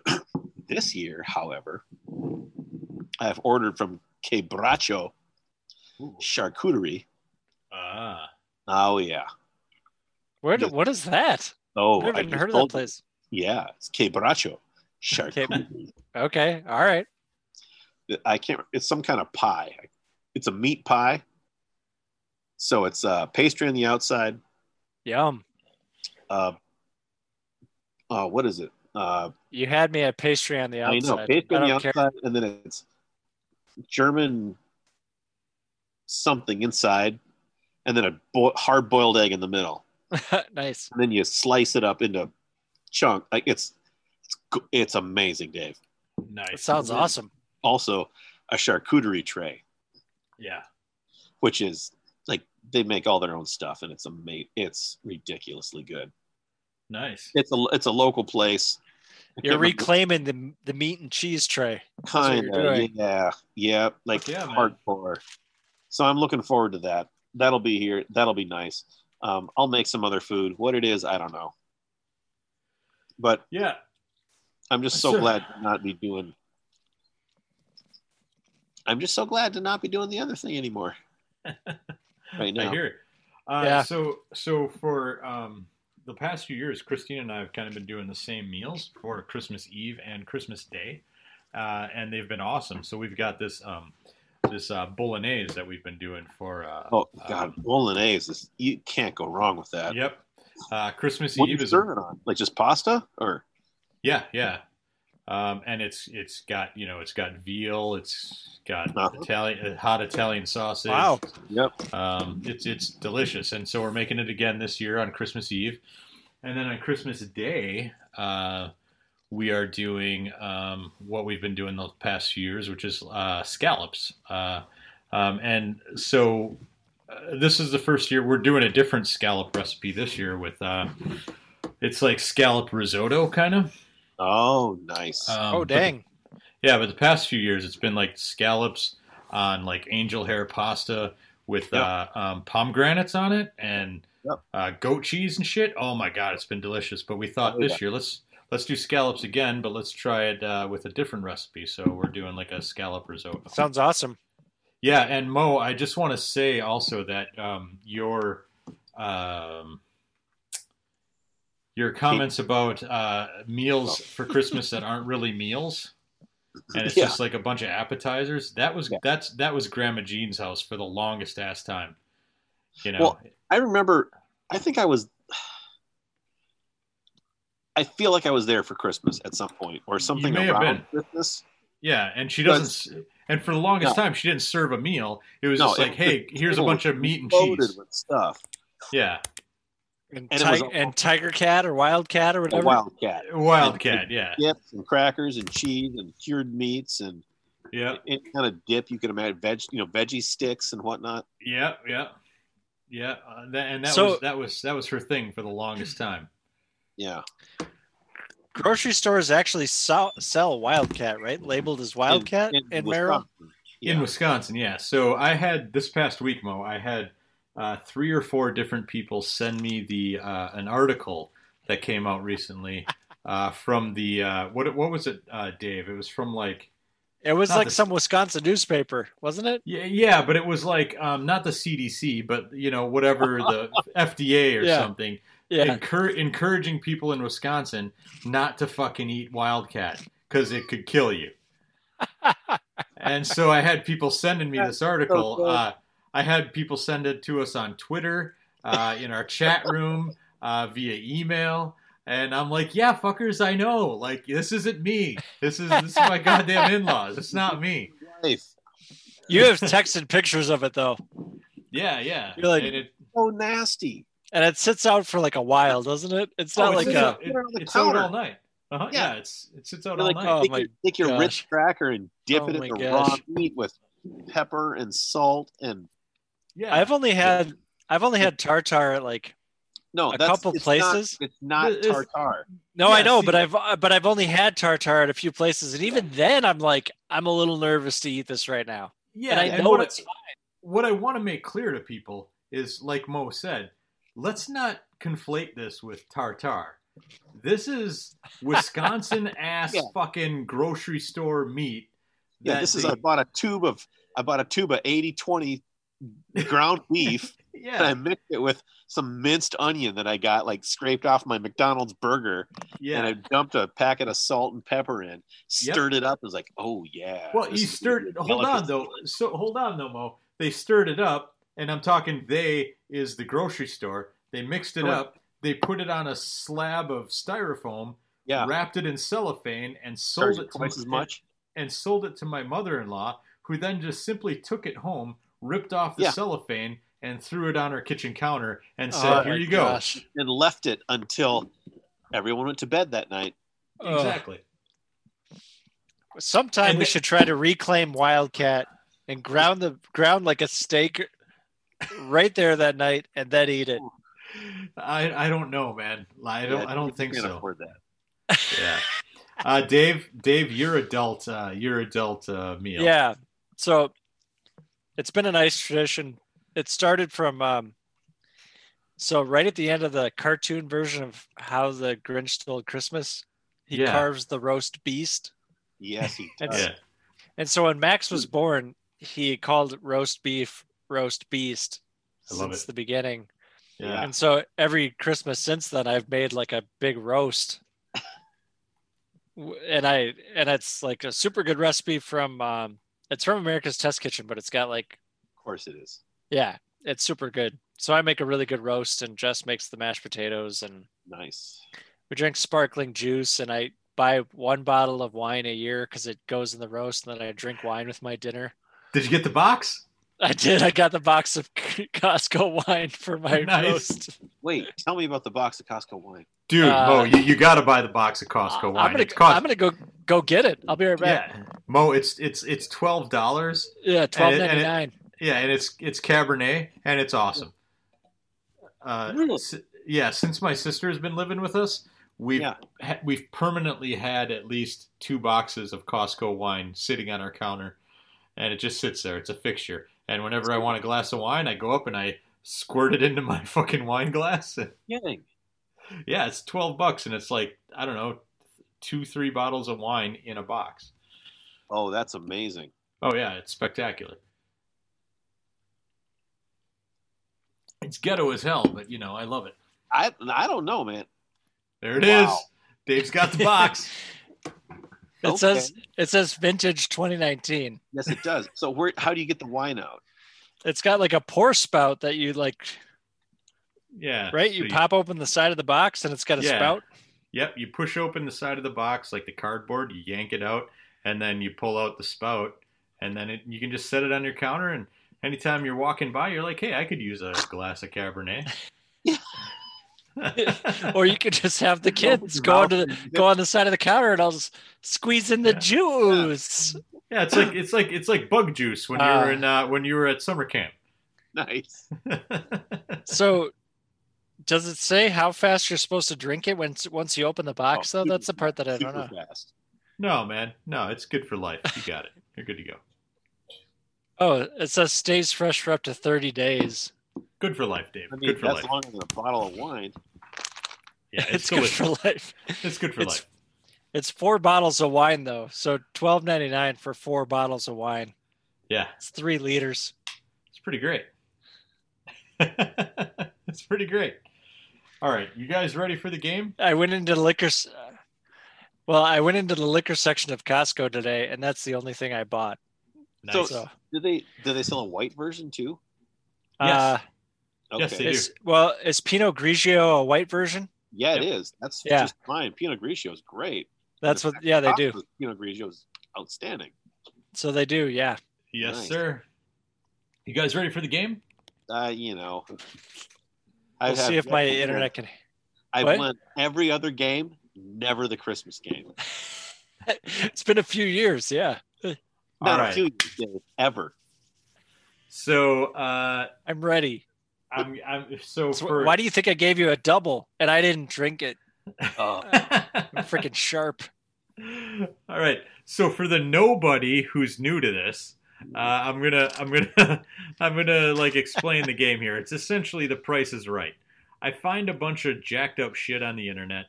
this year, however, I have ordered from Quebracho Ooh. Charcuterie. Ah. Oh yeah. Where do, what is that? Oh, I've never even just heard of that told you. place. Yeah, it's Quebracho Charcuterie. Okay. All right. I can't. It's some kind of pie. It's a meat pie. So it's uh, pastry on the outside. Yum. Uh, uh, what is it? Uh, You had me at pastry on the I outside. know pastry I on the don't care. outside, and then it's German something inside, and then a bo- hard-boiled egg in the middle, nice. and then you slice it up into chunk. Like it's it's go- it's amazing, Dave. That Nice. sounds Yeah. awesome. Also, a charcuterie tray, Yeah. which is like they make all their own stuff, and it's amazing. It's ridiculously good. Nice. It's a it's a local place. I You're can't remember- reclaiming the the meat and cheese tray. what kind you're of doing. yeah yeah like Fuck yeah, man. hardcore so i'm looking forward to that that'll be here that'll be nice um, i'll make some other food what it is i don't know but Yeah. i'm just so Sure. glad to not be doing i'm just so glad to not be doing the other thing anymore right I now hear it. Uh, Yeah. So, so for um, the past few years, Christine and I have kind of been doing the same meals for Christmas Eve and Christmas Day, uh, and they've been awesome. So we've got this um, this uh, bolognese that we've been doing for. Uh, oh god bolognese is you can't go wrong with that Yep. Uh, Christmas what do Eve you is serve it on like just pasta or yeah, yeah. Um, and it's it's got you know it's got veal, it's got Uh-huh. Italian uh, hot Italian sausage. Wow. yep Um, it's it's delicious, and so we're making it again this year on Christmas Eve, and then on Christmas Day, uh, we are doing um, what we've been doing the past few years, which is uh, scallops. Uh, um, and so uh, this is the first year we're doing a different scallop recipe this year with uh, it's like scallop risotto kind of. oh nice Um, oh but the- dang. yeah, but the past few years it's been like scallops on like angel hair pasta with Yeah. uh, um, pomegranates on it and Yep. uh, goat cheese and shit. Oh my god, it's been delicious. But we thought Oh, this year let's let's do scallops again, but let's try it uh, with a different recipe. So we're doing like a scallop risotto. Sounds awesome. Yeah, and Mo, I just want to say also that um, your um, your comments about uh, Oh. meals for Christmas that aren't really meals, and it's Yeah. just like a bunch of appetizers. That was Yeah. that's that was Grandma Jean's house for the longest ass time. You know, Well, I remember. I think I was. I feel like I was there for Christmas at some point, or something may have around Christmas. yeah, and she doesn't. s- And for the longest time, she didn't serve a meal. It was No, just it like, was hey, here's a table bunch of meat and Loaded cheese. with stuff. Yeah, And, And it ti- was all- and Tiger Cat or Wild Cat or A whatever. wildcat, wildcat. Yeah, chips and crackers and cheese and cured meats and yeah. any kind of dip you can imagine. Veg, you know, veggie sticks and whatnot. Yeah, yeah, yeah. Uh, that, and that So- was that was that was her thing for the longest time. Yeah, Grocery stores actually sell, sell Wild Cat, right? Labeled as Wild Cat in, Merrill. Wisconsin. In Yeah. Wisconsin, yeah. So I had this past week, Mo. I had uh, three or four different people send me the uh, an article that came out recently uh, from the uh, what what was it, uh, Dave? It was from like It was Not like the- some Wisconsin newspaper, wasn't it? yeah, yeah, but it was like um, not the CDC, but you know whatever the FDA or Yeah. something. Yeah. Encour- encouraging people in Wisconsin not to fucking eat wildcat because it could kill you. and so I had people sending me this article. good. uh, I had people send it to us on Twitter, uh, in our chat room, uh, via email. And I'm like, yeah, fuckers, I know. Like, this isn't me. This is this is my goddamn in-laws. It's not me. Life. You have texted pictures of it though, Yeah, yeah. You're like, And it- so nasty. and it sits out for like a while, doesn't it? It's not oh, like uh, it's, a. out- Put it on it, the it's out counter. all night. Uh-huh, Yeah. yeah. it's it sits out You're all like, night. Oh, take, my your, take your rich cracker and dip Oh it in my the raw gosh. meat with pepper and salt and yeah. I've only had I've only had tartar at like no, A that's, couple it's places? Not, it's not It- it's- tartar. no, I Yeah, know, see- but I've uh, but I've only had tartar at a few places, and even then, I'm like I'm a little nervous to eat this right now. yeah, and I and know what it's what I want to make clear to people is, like Mo said, let's not conflate this with tartar. This is Wisconsin ass Yeah. fucking grocery store meat. Yeah, that this is they- I bought a tube of I bought a tube of 80-20 ground beef and I yeah, mixed it with some minced onion that I got like scraped off my McDonald's burger yeah. and I dumped a packet of salt and pepper in, stirred it up, and was like, oh yeah. well, this you is stirred. gonna be a Hold on delicacy. though. So hold on though, Mo. They stirred it up, and I'm talking they is the grocery store. They mixed it Correct. up. They put it on a slab of styrofoam, Yeah. wrapped it in cellophane, and sold Charged it to my- twice as much. and sold it to my mother-in-law, who then just simply took it home, ripped off the Yeah. cellophane, and threw it on her kitchen counter and said, Oh "Here my you gosh. and left it until everyone went to bed that night. go." Exactly. Sometime And we the- should try to reclaim wildcat and ground the ground like a steak right there that night, and then eat it. I, I don't know, man. I don't Yeah, I don't think can't so. afford that. Yeah. Uh, Dave, Dave, your adult, uh, your adult uh, meal. Yeah. So it's been a nice tradition. It started from um so right at the end of the cartoon version of How the Grinch Stole Christmas, he Yeah. carves the roast beast. Yes, he And, does. Yeah. and so when Max Hmm. was born, he called it roast beef roast beast I love since it. the beginning. Yeah. And so every Christmas since then I've made like a big roast. W- and I and it's like a super good recipe from um it's from America's Test Kitchen, but it's got like Of course it is. yeah, it's super good. So I make a really good roast, and Jess makes the mashed potatoes, and Nice. we drink sparkling juice. And I buy one bottle of wine a year because it goes in the roast, and then I drink wine with my dinner. Did you get the box? I did. I got the box of Costco wine for my Nice. roast. Wait, tell me about the box of Costco wine. Dude, Uh, Mo, you, you got to buy the box of Costco I'm wine. gonna, it's cost- I'm gonna go go get it. I'll be right back. yeah, Mo, it's it's it's twelve dollars. Yeah, twelve ninety nine. and Yeah, and it's it's Cabernet, and it's awesome. Uh, Really? s- yeah, since my sister has been living with us, we've Yeah. ha- we've permanently had at least two boxes of Costco wine sitting on our counter, and it just sits there. It's a fixture. And whenever I want a glass of wine, I go up and I squirt it into my fucking wine glass. Yang. yeah, it's twelve bucks, and it's like I don't know, two three bottles of wine in a box. Oh, that's amazing. Oh yeah, it's spectacular. It's ghetto as hell, but you know, I love it. I I don't know, man. There it Wow. is. Dave's got the box. It Okay. says it says vintage 2019. Yes, it does. So where? How do you get the wine out? It's got like a pour spout that you like, yeah. right? so You pop open the side of the box and it's got a Yeah. spout. Yep, you push open the side of the box like the cardboard, you yank it out, and then you pull out the spout, and then it, you can just set it on your counter. And anytime you're walking by, you're like, "Hey, I could use a glass of Cabernet." Yeah. Or you could just have the kids go on to the, go on the side of the counter and I'll just squeeze in the Yeah. juice. yeah, it's like it's like it's like bug juice when you Uh. were in uh, when you were at summer camp. Nice. So, does it say how fast you're supposed to drink it once once you open the box? Oh, though that's the super- part that I don't Super know. fast. no, man, no, it's good for life. You got it. You're good to go. Oh, it says stays fresh for up to 30 days. Good for life, Dave. I mean, good for that's life. longer than a bottle of wine. Yeah, it's, it's good for delicious. life. It's good for it's- life. It's four bottles of wine though, so 12.99 for four bottles of wine. Yeah, It's three liters. It's pretty great. it's pretty great. All right, you guys ready for the game? I went into the liquor. s- uh, Well, I went into the liquor section of Costco today, and that's the only thing I bought. So- Nice. So, Do they? Do they sell a white version too? Yes. uh, Yes, they do. is, well, is Pinot Grigio a white version? Yeah, it is. Yep. That's Yeah. just fine. Pinot Grigio is great. That's The what. Yeah, they do. Costco's Pinot Grigio is outstanding. So they do. Yeah. yes, nice. sir. You guys ready for the game? Uh, you know, We'll have- see if my internet can. I've what? won every other game, never the Christmas game. it's been a few years, yeah. All Not a right. few years, Dave, ever. So, uh, I'm ready. I'm, I'm so So for why do you think I gave you a double and I didn't drink it? Oh. Uh, I'm freaking sharp. All right. So for the nobody who's new to this, uh, I'm gonna I'm gonna I'm gonna like explain the game here. It's essentially the price is right. I find a bunch of jacked up shit on the internet.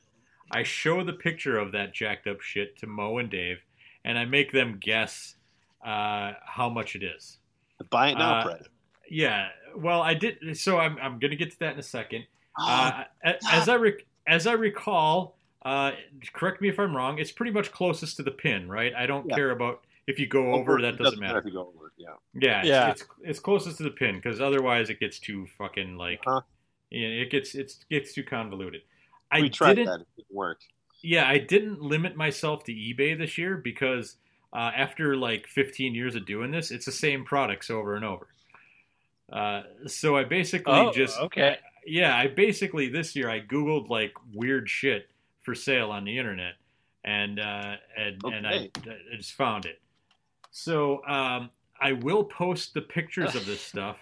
I show the picture of that jacked up shit to Mo and Dave, and I make them guess uh, how much it is. buy it now, Uh, Brett. Yeah. Well, I did. So I'm, I'm going to get to that in a second. Oh, Uh, a- as I rec- as I recall, uh, correct me if I'm wrong. It's pretty much closest to the pin, right? I don't Yeah. care about if you go over. It That doesn't matter. if you go over. Yeah. Yeah. it's- Yeah. It's, it's closest to the pin because otherwise it gets too fucking like Uh-huh. you know, it gets it's gets too convoluted. I we tried didn't that. It didn't work. yeah, I didn't limit myself to eBay this year because uh, after like 15 years of doing this, it's the same products over and over. Uh, so I basically Oh, just okay. yeah, I basically this year I googled like weird shit for sale on the internet, and uh, and and I, Okay. I just found it. So um, I will post the pictures of this stuff.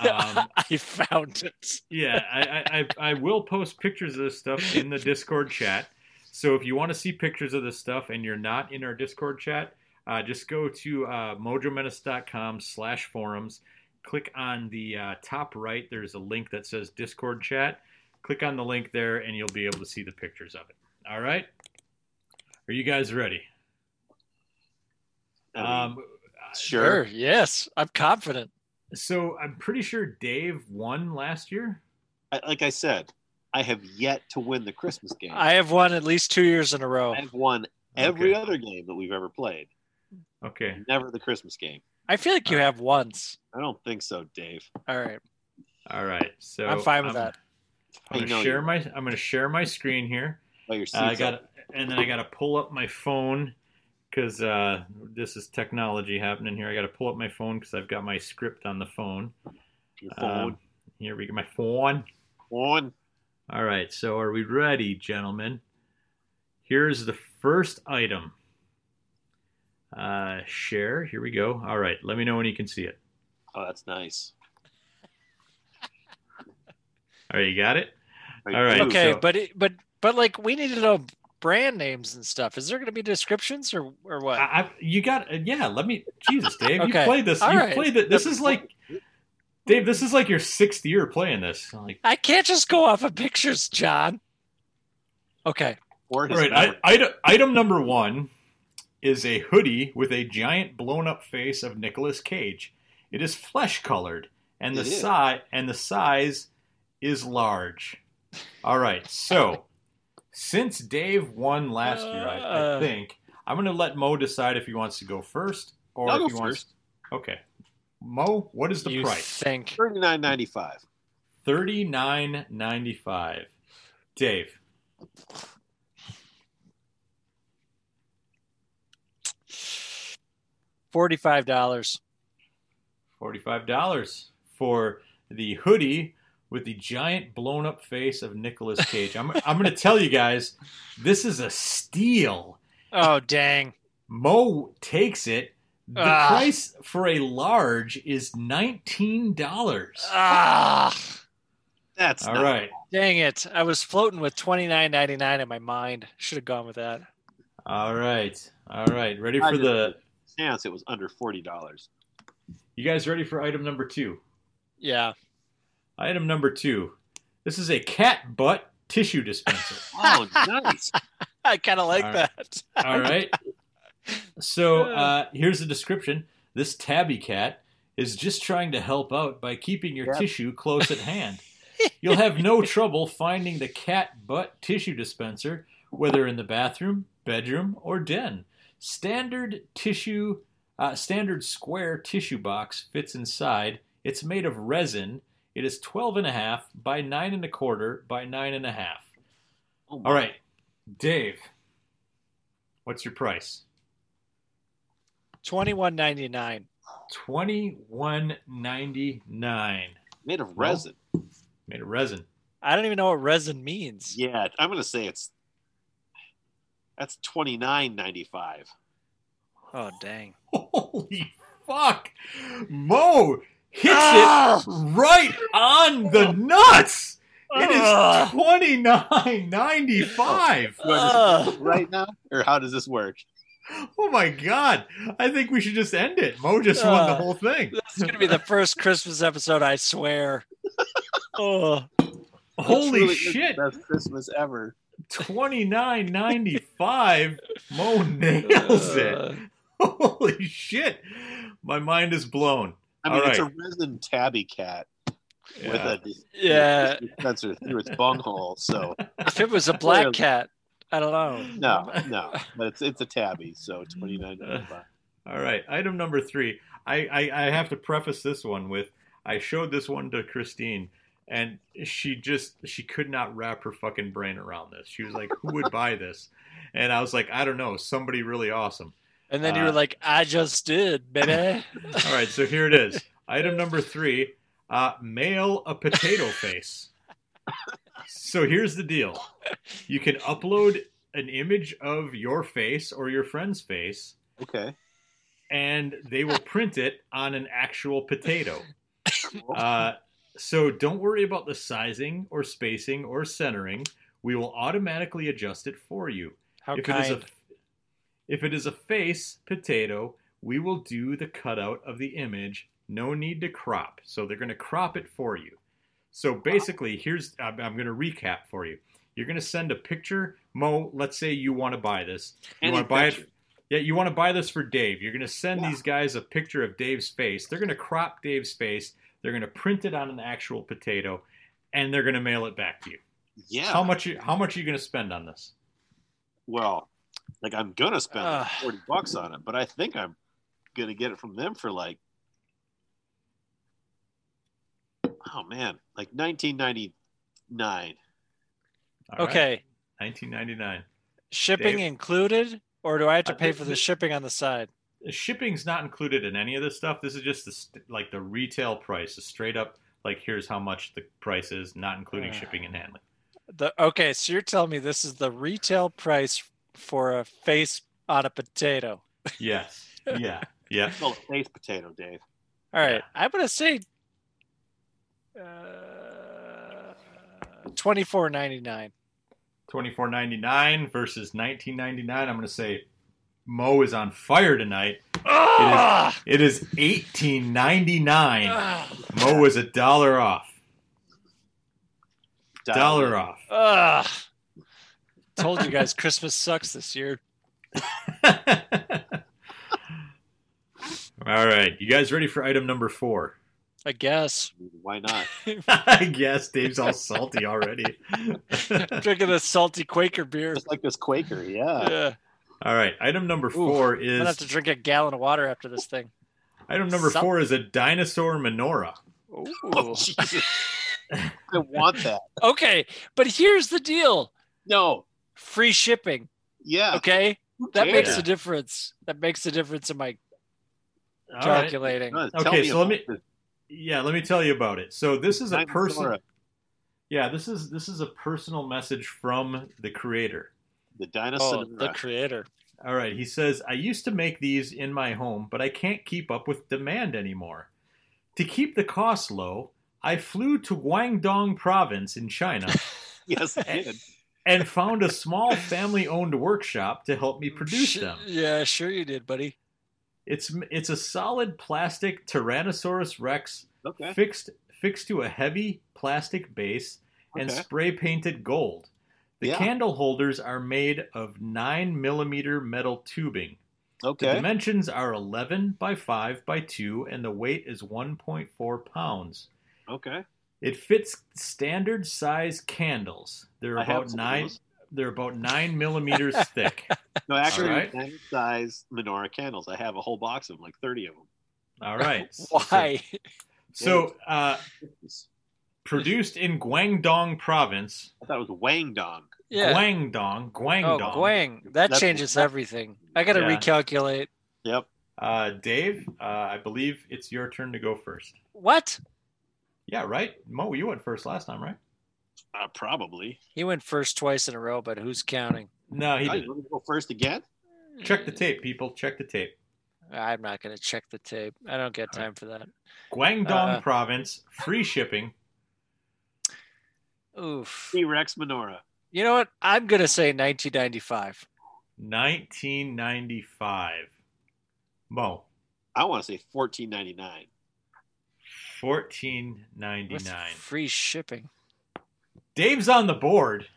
Um, I found it. yeah, I, I- I I will post pictures of this stuff in the Discord chat. So if you want to see pictures of this stuff and you're not in our Discord chat, uh, just go to uh, mojomenace.com slash forums. Click on the uh, top right. There's a link that says Discord chat. Click on the link there, and you'll be able to see the pictures of it. All right. Are you guys ready? I mean, Um, sure. Yes, I'm confident. so I'm pretty sure Dave won last year. I, like I said, I have yet to win the Christmas game. I have won at least two years in a row. I've won every Okay. other game that we've ever played, Okay. never the Christmas game. I feel uh, like you have once. I don't think so, Dave. All right. All right. So I'm fine with that. I'm I know gonna share you. my I'm gonna share my screen here. Oh, your Uh, I seat's up. got and then I gotta pull up my phone because uh, this is technology happening here. I gotta pull up my phone because I've got my script on the phone. your phone. Um, here we go, my phone. on. All right, so are we ready, gentlemen? Here's the first item. Uh, share. Here we go. All right, let me know when you can see it. Oh, that's nice. All right, you got it. All right. dude. Okay, so- but it, but but like we need to know brand names and stuff. Is there going to be descriptions or or what? I, I, you got yeah. Let me, Jesus, Dave, you Okay. played this. All you right. played it. This is like, Dave, this is like your sixth year playing this. I'm Like, I can't just go off of pictures, John. Okay. Or all his right, I, memory. item, item number one is a hoodie with a giant blown up face of Nicolas Cage. It is flesh colored and the It is. size and the size is large. All right, so since Dave won last year, I, I Uh. think I'm going to let Mo decide if he wants to go first or I'll if go he wants. first. Okay, Mo, what is the you price? think? Thirty nine ninety five. Thirty nine ninety five. Dave, Forty-five dollars. forty five dollars for the hoodie with the giant blown up face of Nicolas Cage. I'm I'm going to tell you guys, this is a steal. Oh dang! Mo takes it. The Ah. price for a large is nineteen dollars. Ah, That's All not- right, dang it! I was floating with twenty-nine ninety-nine in my mind. Should have gone with that. all right, all right. Ready I for the? Chance it was under forty dollars. You guys ready for item number two? Yeah. Item number two. This is a cat butt tissue dispenser. Oh, nice. I kind of like All right. that. All right. So uh, here's the description. This tabby cat is just trying to help out by keeping your Yep. tissue close at hand. You'll have no trouble finding the cat butt tissue dispenser, whether in the bathroom, bedroom, or den. Standard tissue, uh, standard square tissue box fits inside. It's made of resin. It is 12 and a half by nine and a quarter by nine and a half. Oh, my. All right, Dave, what's your price? Twenty-one ninety-nine. Twenty one ninety nine. Made of resin. Made of resin. I don't even know what resin means. Yeah, I'm gonna say it's that's twenty nine ninety five. Oh dang! Holy fuck! Mo hits Ah! it right on the nuts. It is Ugh. twenty nine ninety five. Ugh. Right now, or how does this work? Oh my god! I think we should just end it. Mo just won the Ah. whole thing. That's gonna be the first Christmas episode, I swear. Oh, It Holy truly is shit! the Best Christmas ever. Twenty nine ninety five. Mo nails it. Holy shit! My mind is blown. I mean, All it's a right. resin tabby cat with Yeah. a dis- Yeah, dispenser through its bunghole. So if it was a black Clearly. cat, I don't know. no, no, but it's it's a tabby. So twenty nine ninety five. All right, item number three. I, I, I have to preface this one with I showed this one to Christine, and she just she could not wrap her fucking brain around this. She was like, "Who would buy this?" And I was like, "I don't know, somebody really awesome." And then you were Uh, like, "I just did, baby." All right, so here it is. Item number three: uh, mail a potato face. So here's the deal: you can upload an image of your face or your friend's face Okay. and they will print it on an actual potato. Cool. Uh, so don't worry about the sizing or spacing or centering. We will automatically adjust it for you. How If it is kind. a if it is a face potato, we will do the cutout of the image. No need to crop. So they're going to crop it for you. So basically, here's I'm, I'm going to recap for you. You're going to send a picture, Mo. Let's say you want to buy this. You Any want to buy it. picture. Yeah, you want to buy this for Dave. You're going to send Yeah. these guys a picture of Dave's face. They're going to crop Dave's face. They're going to print it on an actual potato, and they're going to mail it back to you. Yeah. How much? you- How much are you going to spend on this? well, like I'm gonna spend like, Ugh. forty bucks on it, but I think I'm gonna get it from them for like oh man, like nineteen ninety nine. All right. okay, 1999. shipping Dave? Uh, included, or do I have to I pay think for the that- shipping on the side? Shipping's not included in any of this stuff. This is just the st- like the retail price, the straight up like here's how much the price is, not including Ah. shipping and handling. The okay, so you're telling me this is the retail price for a face on a potato? Yes. Yeah. Yeah. Well, face potato, Dave. All right, Yeah. I'm gonna say uh, twenty four ninety nine. Twenty four ninety nine versus nineteen ninety nine. I'm gonna say Mo is on fire tonight. Ah! It is eighteen ninety nine. Ah! Mo is a dollar off. Dollar off. Ah! Told you guys Christmas sucks this year. All right, you guys ready for item number four? I guess. Why not? I guess Dave's all salty already. Drinking a salty Quaker beer. Just like this Quaker, yeah. Yeah. all right. Item number four I'm gonna is have to drink a gallon of water after this thing. item number Some- four is a dinosaur menorah. Oh, Ooh. Jesus. I want that. Okay, but here's the deal: No. free shipping. Yeah. Okay, who that cares? makes a difference. That makes a difference in my All right. calculating. Come on, Okay, tell me so let about me- Yeah, let me tell you about it. So this is this. a person. Dinosaur, Yeah, this is this is a personal message from the creator. The dinosaur. Oh, the creator. All right, he says, I used to make these in my home, but I can't keep up with demand anymore. To keep the costs low, I flew to Guangdong province in China yes, it did. and found a small family owned workshop to help me produce Sh- them. Yeah, sure you did, buddy. It's it's a solid plastic Tyrannosaurus Rex Okay. fixed fixed to a heavy plastic base and okay. spray painted gold. The Yeah. candle holders are made of 9 millimeter metal tubing. The Okay. dimensions are 11 by 5 by 2, and the weight is 1.4 pounds. Okay. It fits standard size candles. They're I have about some of nine. those. They're about nine millimeters thick. No, actually, right. standard size menorah candles. I have a whole box of them, like 30 of them. All right. Why? So, uh, It's- produced in Guangdong Province. I thought it was Wang Dong. yeah. Guangdong. oh, Guangdong. Gwang. That That's- changes everything. I gotta Yeah. recalculate. Yep. Uh, Dave, uh, I believe it's your turn to go first. What? Yeah, right. Mo, you went first last time, right? Uh, probably. He went first twice in a row, but who's counting? No, he I didn't. want to go first again. Check the tape, people. Check the tape. I'm not gonna check the tape. I don't get All time for that. Guangdong Uh, Province, free shipping. Oof. T Rex menorah. You know what? I'm gonna say 1995. 1995. Mo, I want to say 14.99. 1499. With free shipping. Dave's on the board.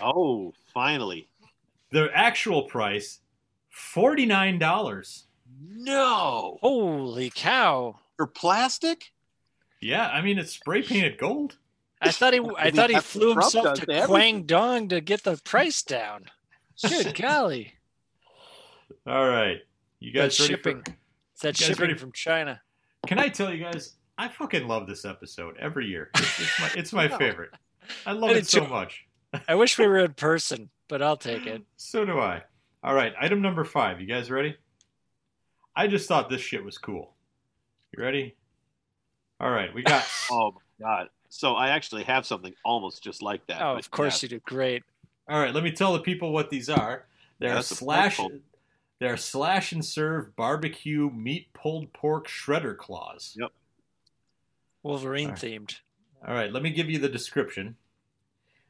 Oh, finally. The actual price, $49. No. Holy cow! For plastic? Yeah, I mean, it's spray painted gold. I thought he I He thought he has flew Trump himself does to to everything. Quang Dong to get the price down. Good golly! All right. You guys That's ready shipping. for- It's that You guys shipping ready- from China. Can I tell you guys? I fucking love this episode every year. It's, it's my, it's my Wow. favorite. I love I it did so too. much. I wish we were in person, but I'll take it. So do I. All right, item number five. You guys ready? I just thought this shit was cool. You ready? All right, we got. Oh, my God. So I actually have something almost just like that. Oh, but of course yeah. you do great. All right, let me tell the people what these are. They're That's a slash. mouthful. They're slash and serve barbecue meat pulled pork shredder claws. Yep. Wolverine Alright. themed. All right, let me give you the description.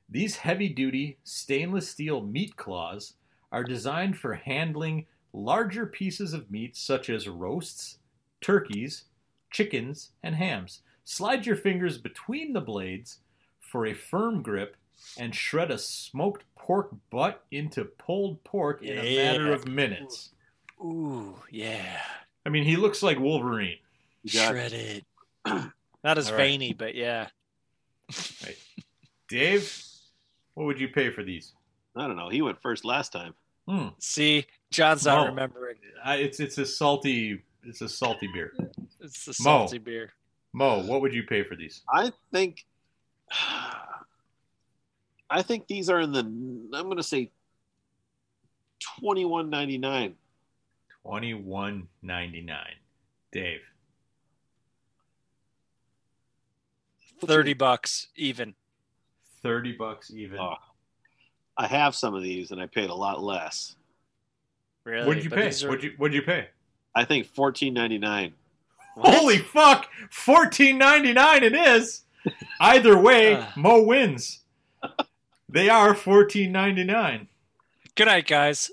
These heavy duty stainless steel meat claws are designed for handling larger pieces of meat such as roasts, turkeys, chickens, and hams. Slide your fingers between the blades for a firm grip and shred a smoked pork butt into pulled pork in a matter Yeah. of minutes. Ooh, yeah. I mean, he looks like Wolverine. You got it. Shredded. Not as Alright. veiny, but yeah. Dave, what would you pay for these? I don't know. He went first last time. Hmm. See, John's not Mo. remembering. I, it's it's a salty it's a salty beer. It's the Mo. salty beer. Mo, what would you pay for these? I think. I think these are in the. I'm going to say. Twenty-one ninety-nine. Twenty one ninety nine. Dave. Thirty bucks even. Thirty bucks even. Oh, I have some of these, and I paid a lot less. Really? what'd you But pay? these are- What'd you what'd you pay? I think fourteen ninety-nine. What? Holy fuck! Fourteen ninety nine it is. Either way, Ugh. Mo wins. They are fourteen ninety nine. Good night, guys.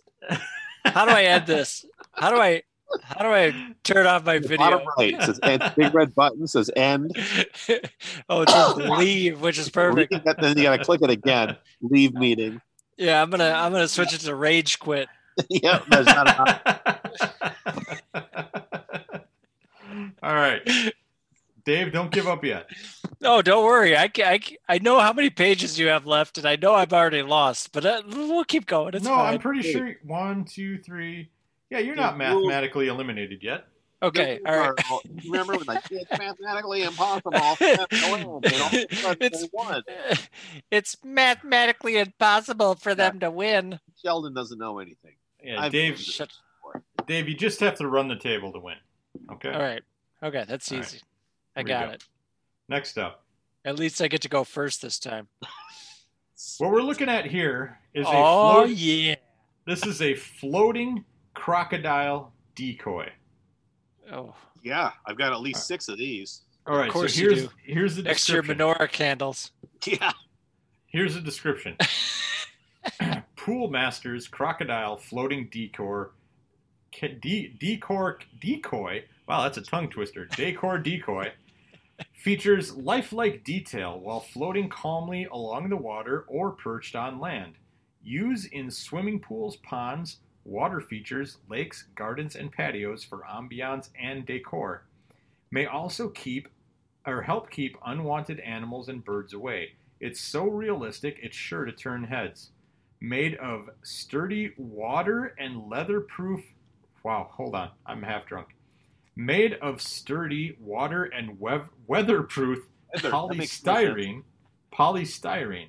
How do I end this? How do I how do I turn off my video? Bottom right says end, big red button says end. oh, it says leave, which is perfect. Leave it, then you got to click it again. Leave meeting. Yeah, I'm gonna I'm gonna switch it to rage quit. yeah, there's not an option. All right. Dave, don't give up yet. No, don't worry. I, ca- I, ca- I know how many pages you have left, and I know I've already lost, but uh, we'll keep going. It's no, fine. I'm pretty sure. One, two, three. Yeah, you're Yeah, not we'll- mathematically eliminated yet. okay, all right. Remember, it was like it's mathematically impossible. and all of a sudden they It's- won. It's mathematically impossible for them to win. Sheldon doesn't know anything. Yeah, I've- Dave. Shut. Dave, you just have to run the table to win. Okay. All right. Okay, that's All right. easy. I Here we got go. it. Next up, At least I get to go first this time. what we're looking at here is a oh float. yeah. This is a floating crocodile decoy. Oh, Yeah, I've got at least six of these. All right. course so you here's do. here's the extra description. menorah candles. Yeah, Here's a description. Pool Masters crocodile floating decor ca- de- decor decoy. Wow, that's a tongue twister. Decor decoy features lifelike detail while floating calmly along the water or perched on land. Use in swimming pools, ponds, water features, lakes, gardens, and patios for ambiance and decor. May also keep or help keep unwanted animals and birds away. It's so realistic, it's sure to turn heads. Made of sturdy water and leather proof. Wow, hold on. I'm half drunk. Made of sturdy water and web- weatherproof Heather, that makes no sense. polystyrene. Polystyrene.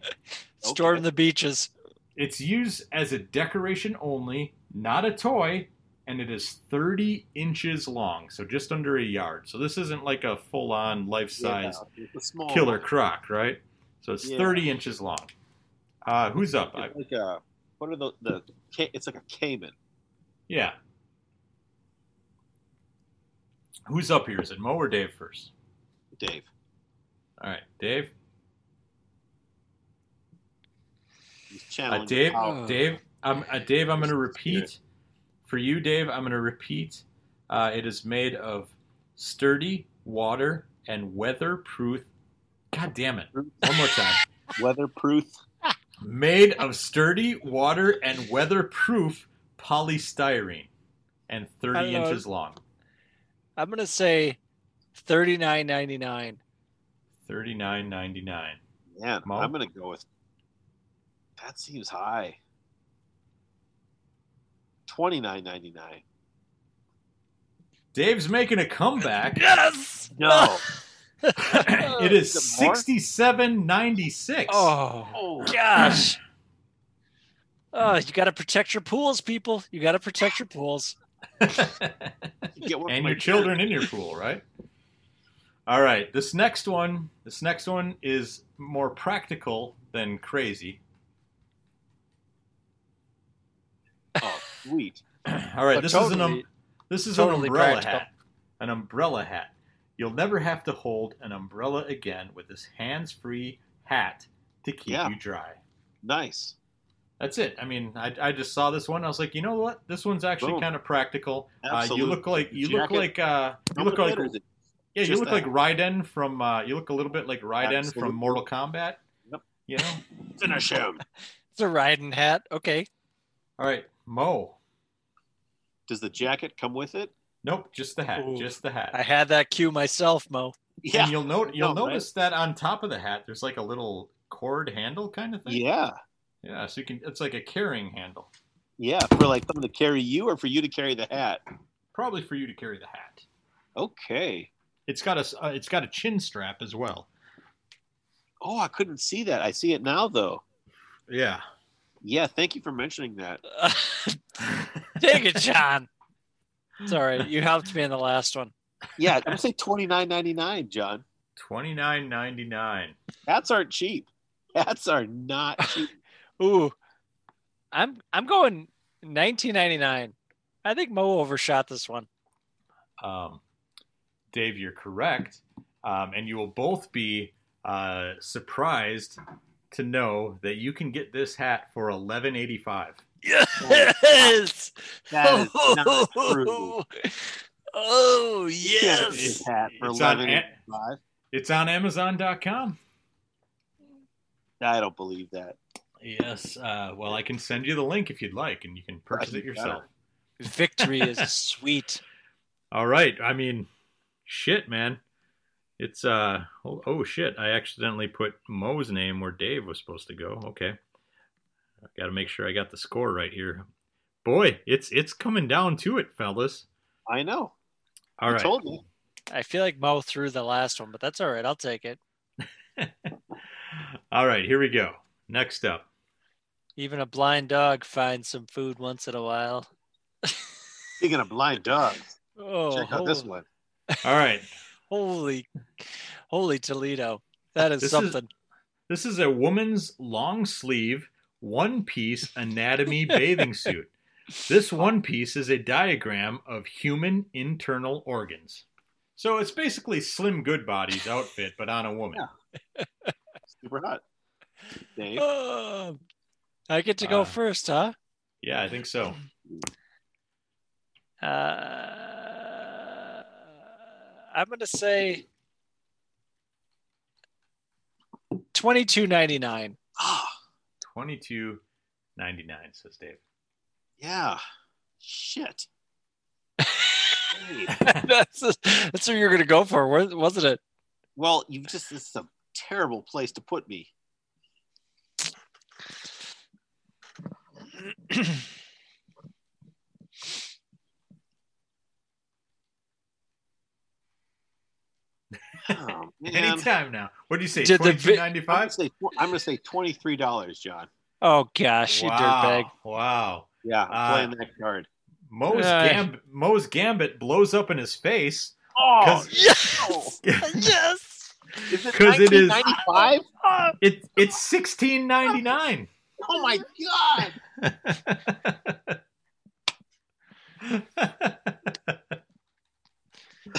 Storm Okay. the beaches. It's used as a decoration only, not a toy, and it is 30 inches long, so just under a yard. So this isn't like a full on life Yeah, size it's a small killer croc, right? So it's Oh, Yeah. 30 inches long. Uh, who's up? I, It's like a what are the the ca- it's like a caiman. yeah. Who's up here? Is it Mo or Dave first? Dave, All right, Dave. he's Uh, channeling. Dave, power. Oh. Dave, I'm uh, Dave. I'm going to repeat for you, Dave. I'm going to repeat. Uh, it is made of sturdy water and weatherproof. God damn it! One more time. Weatherproof. made of sturdy water and weatherproof polystyrene, and I don't 30 know. inches long. I'm gonna say thirty nine ninety nine. 39.99. Man, Mo? I'm gonna go with. That seems high. Twenty nine ninety nine. Dave's making a comeback. Yes. No. it is Is it more? 67.96. oh. Oh, gosh. Oh, you got to protect your pools, people. You got to protect your pools. get one for and my your children in your pool, right? All right. This next one, this next one is more practical than crazy. Oh, sweet. All right. But This is an um, totally- This is Totally an umbrella practical. hat. An umbrella hat. You'll never have to hold an umbrella again with this hands-free hat to keep Yeah. you dry. Nice. That's it. I mean, I, I just saw this one. I was like, you know what? This one's actually Boom. kind of practical. Uh, you Absolutely. look like you Jacket. look like uh, you How much look like better is it? yeah, you Just look that. like Raiden from uh, you look a little bit like Raiden Absolutely. from Mortal Kombat. Yep. You know. Finish him. It's a riding hat. Okay. All right, Mo. Does the jacket come with it? Nope, just the hat. Ooh. Just the hat. I had that cue myself, Mo. And you'll note you'll No, right? notice that on top of the hat, there's like a little cord handle kind of thing. Yeah. Yeah, so you can. It's like a carrying handle, Yeah. For like someone to carry you or for you to carry the hat. probably for you to carry the hat. Okay. It's got a. s- Uh, it's got a chin strap as well. Oh, I couldn't see that. I see it now though. Yeah. Yeah, thank you for mentioning that. Dang it, John. Sorry, you helped me in the last one. Yeah, I'm gonna say twenty nine ninety nine, John. Twenty nine ninety nine. Hats aren't cheap. Hats are not cheap. Ooh, I'm I'm going 1999. I think Mo overshot this one. Um, Dave, you're correct, um, and you will both be uh, surprised to know that you can get this hat for eleven eighty five. Yes. That is not true. Oh Can't get yes. this hat for It's on eleven Ant- five. It's on Amazon.com. I don't believe that. Yes. Uh, well, I can send you the link if you'd like, and you can purchase it Right, yourself. Victory is sweet. All right. I mean, shit, man. It's uh oh, oh shit! I accidentally put Mo's name where Dave was supposed to go. Okay, I got to make sure I got the score right here. Boy, it's it's coming down to it, fellas. I know. All you right. told me. I feel like Mo threw the last one, but that's all right. I'll take it. All right, here we go. Next up. Even a blind dog finds some food once in a while. Speaking of blind dogs, Oh, check out this hol- one. All right. holy, holy Toledo! That is This is- something. This is a woman's long sleeve, one piece anatomy bathing suit. This one piece is a diagram of human internal organs. So it's basically Slim Goodbody's outfit, but on a woman. Super hot. Dave, Oh, I get to go Uh, first, huh? Yeah, I think so. Uh, I'm gonna say twenty two ninety nine. Ah, Twenty-two ninety-nine says Dave. yeah. Shit. Dave. that's that's what you're gonna go for, wa- wasn't it? Well, you just this is a terrible place to put me. Oh, man. Anytime now. What do you say? Did the Twenty-two vi- I'm gonna ninety-five. say I'm gonna say twenty three dollars, John. oh gosh, you dirtbag! Wow. Wow. Yeah, I'm Uh, playing that card. Moe's, Uh, gam- Moe's gambit blows up in his face. Oh, 'Cause- Yes, yes. is it 'cause it is- 1995? Oh, It, it's sixteen ninety-nine. Oh my god!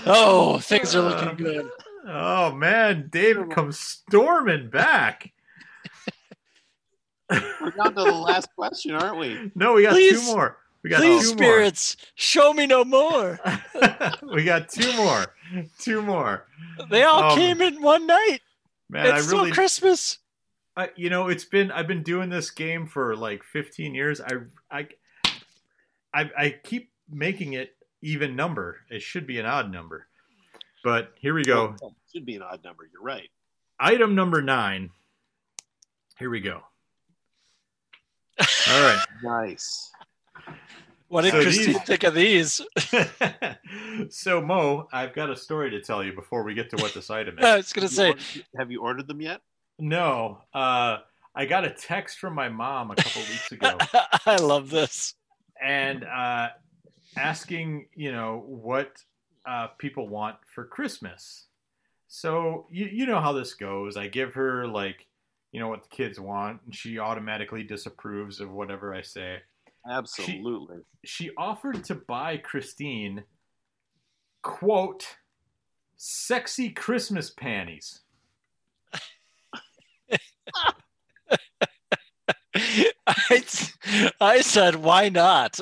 oh, things are uh, looking good. oh man, Dave comes storming back. We're down to the last question, aren't we? No, we got Please- two more. We got Please, two spirits, show me no more. more. we got two more. Two more. They all Um, came in one night. Man, it's I really still Christmas. I, you know, it's been I've been doing this game for like 15 years. I I I, I keep making it even number. It should be an odd number. But here we go. Oh, should be an odd number. You're right. Item number 9. Here we go. All right. Nice. What did So Christine these- think of these? so Mo, I've got a story to tell you before we get to what this item I is. was gonna You say, ordered- have you ordered them yet? No, uh, I got a text from my mom a couple weeks ago, I love this. and uh, asking, you know, what uh, people want for Christmas. So you you know how this goes. I give her like, you know, what the kids want, and she automatically disapproves of whatever I say. Absolutely. she offered to buy Christine, quote, sexy Christmas panties. I, I said, why not?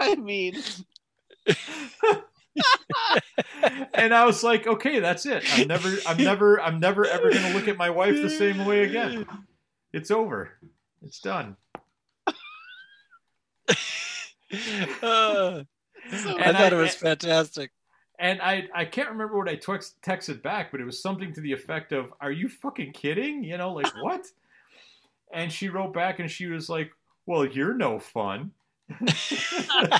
I mean, and I was like, okay, that's it. I'm never, I'm never, I'm never ever going to look at my wife the same way again. It's over. It's done. Uh, I And thought I- it was fantastic. And I, I can't remember what I twex texted back, but it was something to the effect of, "Are you fucking kidding?" You know, like what? And she wrote back, and she was like, "Well, you're no fun." like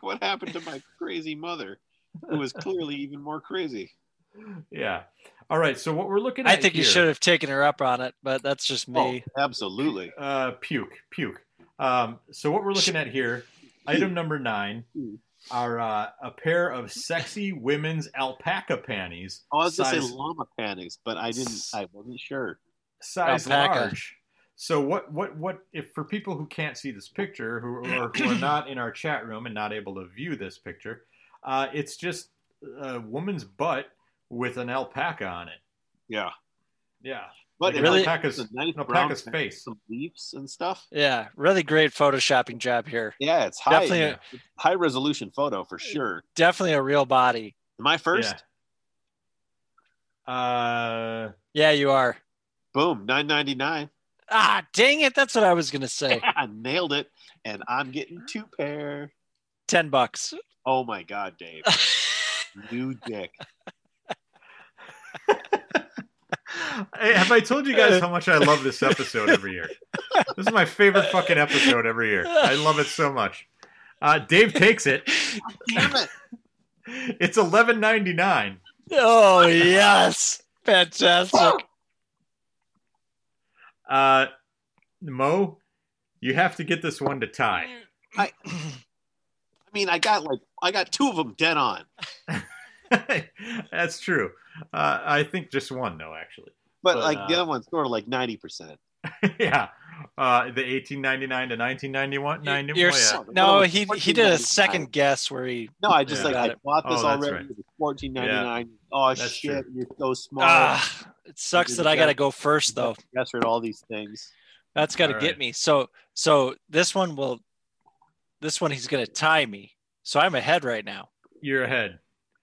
what happened to my crazy mother, who was clearly even more crazy? Yeah. All right. So what we're looking at? I think you here- should have taken her up on it, but that's just Oh, me. absolutely. Uh, puke, puke. Um, so what we're looking at here, item number nine, are uh, a pair of sexy women's alpaca panties, Oh, I was gonna Size- say llama panties, but I didn't. I wasn't sure. size Alpaca. large. So what, what, what? If for people who can't see this picture, who or who are not in our chat room and not able to view this picture, uh, it's just a woman's butt with an alpaca on it. Yeah, Yeah, but Like it really- was alpaca's- a nice an brown alpaca's pan- face. some leaves and stuff. Yeah, really great photoshopping job here. Yeah, it's high Definitely, a, high resolution photo for sure. definitely a real body. Am I first? Yeah. Uh, Yeah, you are. Boom, nine ninety nine. Ah, dang it! That's what I was gonna say. I nailed it, and I'm getting two pair. Ten bucks. Oh my god, Dave! New dick. Hey, Have I told you guys how much I love this episode every year? This is my favorite fucking episode every year. I love it so much. Uh, Dave takes it. Damn it. It's eleven ninety nine. Oh yes, Oh, fantastic. Uh, Mo, you have to get this one to tie. I mean, I got like I got two of them dead on. That's true. Uh, I think just one though, actually. But, But, like the uh, other one's sort of like ninety percent. yeah. Uh, the eighteen ninety nine to nineteen ninety one ninety one. You're yeah. s- yeah. no, he he did a second guess where he. No, I just Yeah. like I bought this Oh, that's already. right. It was fourteen ninety nine. Oh That's shit, you're so smart. Ah, it sucks did that a I got to guess. go first though. Yes, at all these things. That's got to All get right. me. So so this one will. This one he's gonna tie me. So I'm ahead right now. You're ahead.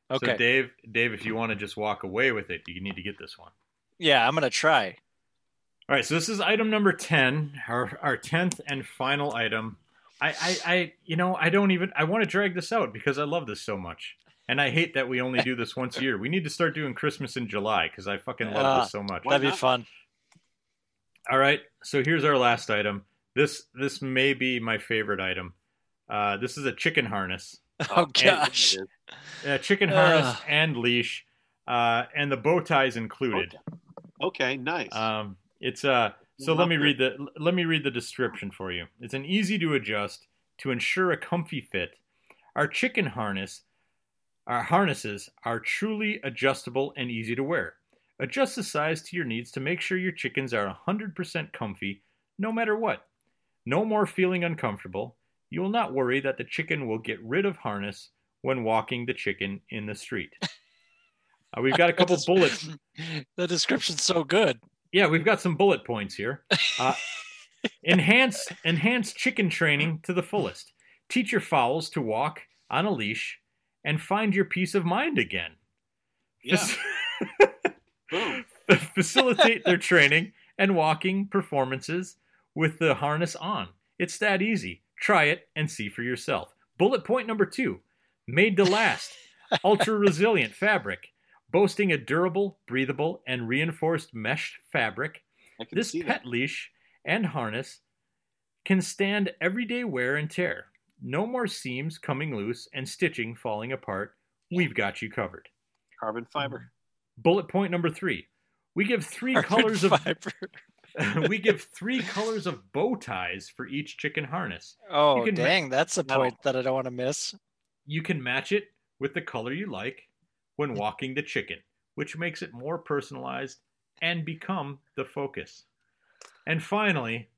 Okay. So Dave, Dave, if you want to just walk away with it, you need to get this one. yeah, I'm gonna try. All right, so this is item number ten, our our tenth and final item. I, I, I you know, I don't even I want to drag this out because I love this so much, and I hate that we only do this once a year. We need to start doing Christmas in July because I fucking love Ah, this so much. Why That'd be not? fun. All right, so here's our last item. This this may be my favorite item. Uh, this is a chicken harness, Oh gosh. a chicken Ugh. harness and leash, uh, and the bow ties included. Okay, nice. Um, it's uh, so Yeah, let me okay. read the l- let me read the description for you. It's an easy to adjust to ensure a comfy fit. Our chicken harness, our harnesses are truly adjustable and easy to wear. Adjust the size to your needs to make sure your chickens are 100% comfy no matter what. No more feeling uncomfortable. You will not worry that the chicken will get rid of harness when walking the chicken in the street. Uh, we've got a couple That des- bullets The description's so good. yeah, we've got some bullet points here. Uh, enhance enhance chicken training to the fullest. Teach your fowls to walk on a leash and find your peace of mind again. yeah. Fac- Boom. Facilitate their training and walking performances with the harness on. It's that easy. Try it and see for yourself. Bullet point number two made to last, ultra resilient fabric, boasting a durable, breathable, and reinforced mesh fabric I can this see pet that. leash and harness can stand everyday wear and tear. No more seams coming loose and stitching falling apart. We've got you covered. Carbon Mm-hmm. fiber. Bullet point number three. We give three Carbon colors of fiber. we give three colors of bow ties for each chicken harness. Oh can ma- dang, that's a No. point that I don't want to miss. You can match it with the color you like when walking the chicken, which makes it more personalized and become the focus. And finally,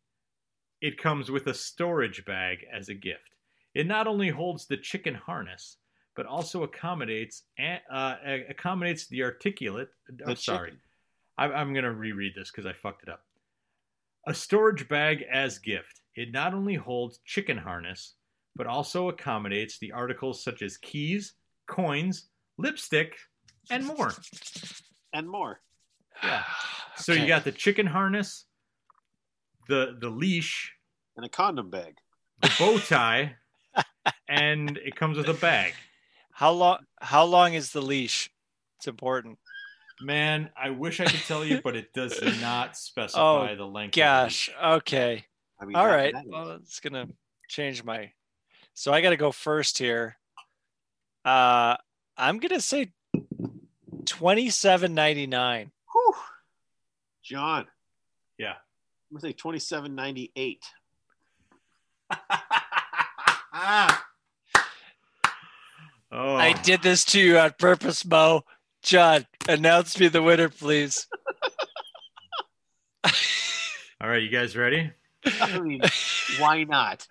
it comes with a storage bag as a gift. It not only holds the chicken harness, but also accommodates a- uh, a- accommodates the articulate. The I'm sorry, chicken. I'm, I'm gonna reread this because I fucked it up. A storage bag as gift. It not only holds chicken harness, but also accommodates the articles such as keys, coins, lipstick, and more. and more. Yeah. So you Okay. got the chicken harness, the the leash, And a condom bag. the bow tie, and it comes with a bag. how long how long is the leash? It's important. Man, I wish I could tell you, but it does not specify Oh, the length. of the Gosh. leash. Okay. I mean, All that- right. that is- Well, it's gonna change my so I gotta go first here. Uh I'm gonna say twenty seven ninety nine. Whew. John. Yeah. I'm gonna say twenty-seven ninety-eight. Ah! oh, I did this to you on purpose, Mo. John, announce me the winner, please. All right, you guys ready? I mean, why not?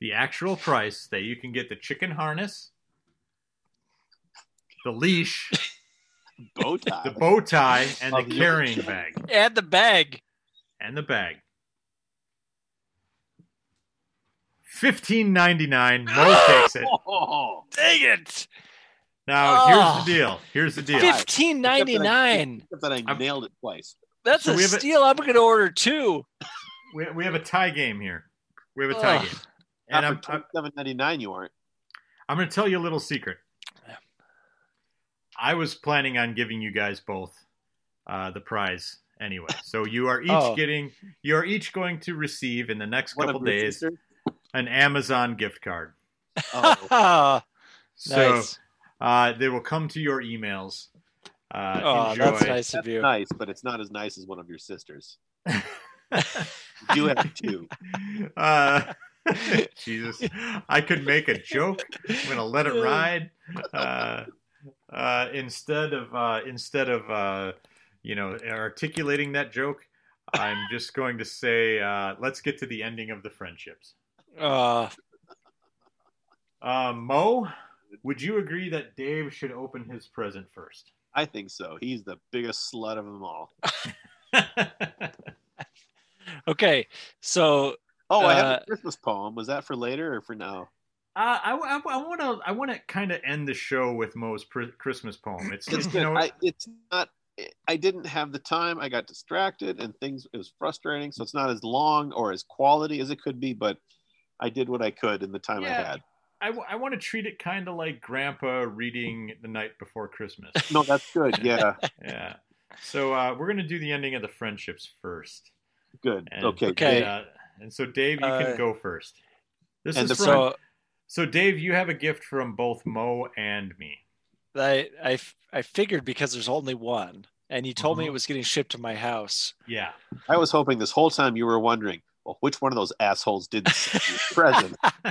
The actual price that you can get the chicken harness, the leash, Bow tie. the bow tie, and Of the your carrying chicken. bag, And the bag. and the bag. Fifteen ninety nine. Mo takes it. Oh, Dang it. Now Oh. here's the deal. Here's the deal. Fifty- Fifteen ninety nine. except that I I'm- nailed it twice. That's So a we have a- steal. i am I'm gonna order two. We, we have a tie game here. We have a tie Ugh. game. And And I'm I'm, I'm, twenty-seven ninety-nine. You aren't. I'm going to tell you a little secret. I was planning on giving you guys both uh, the prize anyway. So you are each Oh. getting, you are each going to receive in the next One of couple your days sisters? an Amazon gift card. Oh, So Ah, nice. uh, they will come to your emails. Uh, oh, enjoy. that's nice of that's you. nice, but it's not as nice as one of your sisters. You do have two. uh, Jesus, I could make a joke. I'm gonna let it ride. Uh, uh, instead of uh, instead of uh, you know articulating that joke, I'm just going to say uh, let's get to the ending of the friendships. Uh, Uh, Mo, would you agree that Dave should open his present first? I think so. He's the biggest slut of them all. Uh, okay, so Oh, I have Uh, a Christmas poem. Was that for later or for now? Uh, I want to I want to kind of end the show with Mo's pr- Christmas poem. It's, It's you good. know, I, it's not. I didn't have the time. I got distracted, and things. It was frustrating. So it's not as long or as quality as it could be, but I did what I could in the time I Yeah. had. I, want to treat it kind of like Grandpa reading the night before Christmas. No, that's good. Yeah, yeah. So uh, we're gonna do the ending of the friendships first. good. And- okay. Okay. Dave, Uh, and so Dave, you Uh, can go first. This and is the from, so so Dave, you have a gift from both Mo and me. I, I f- I figured because there's only one, and you told me Mhm. it was getting shipped to my house. Yeah. I was hoping this whole time you were wondering, well, which one of those assholes did present?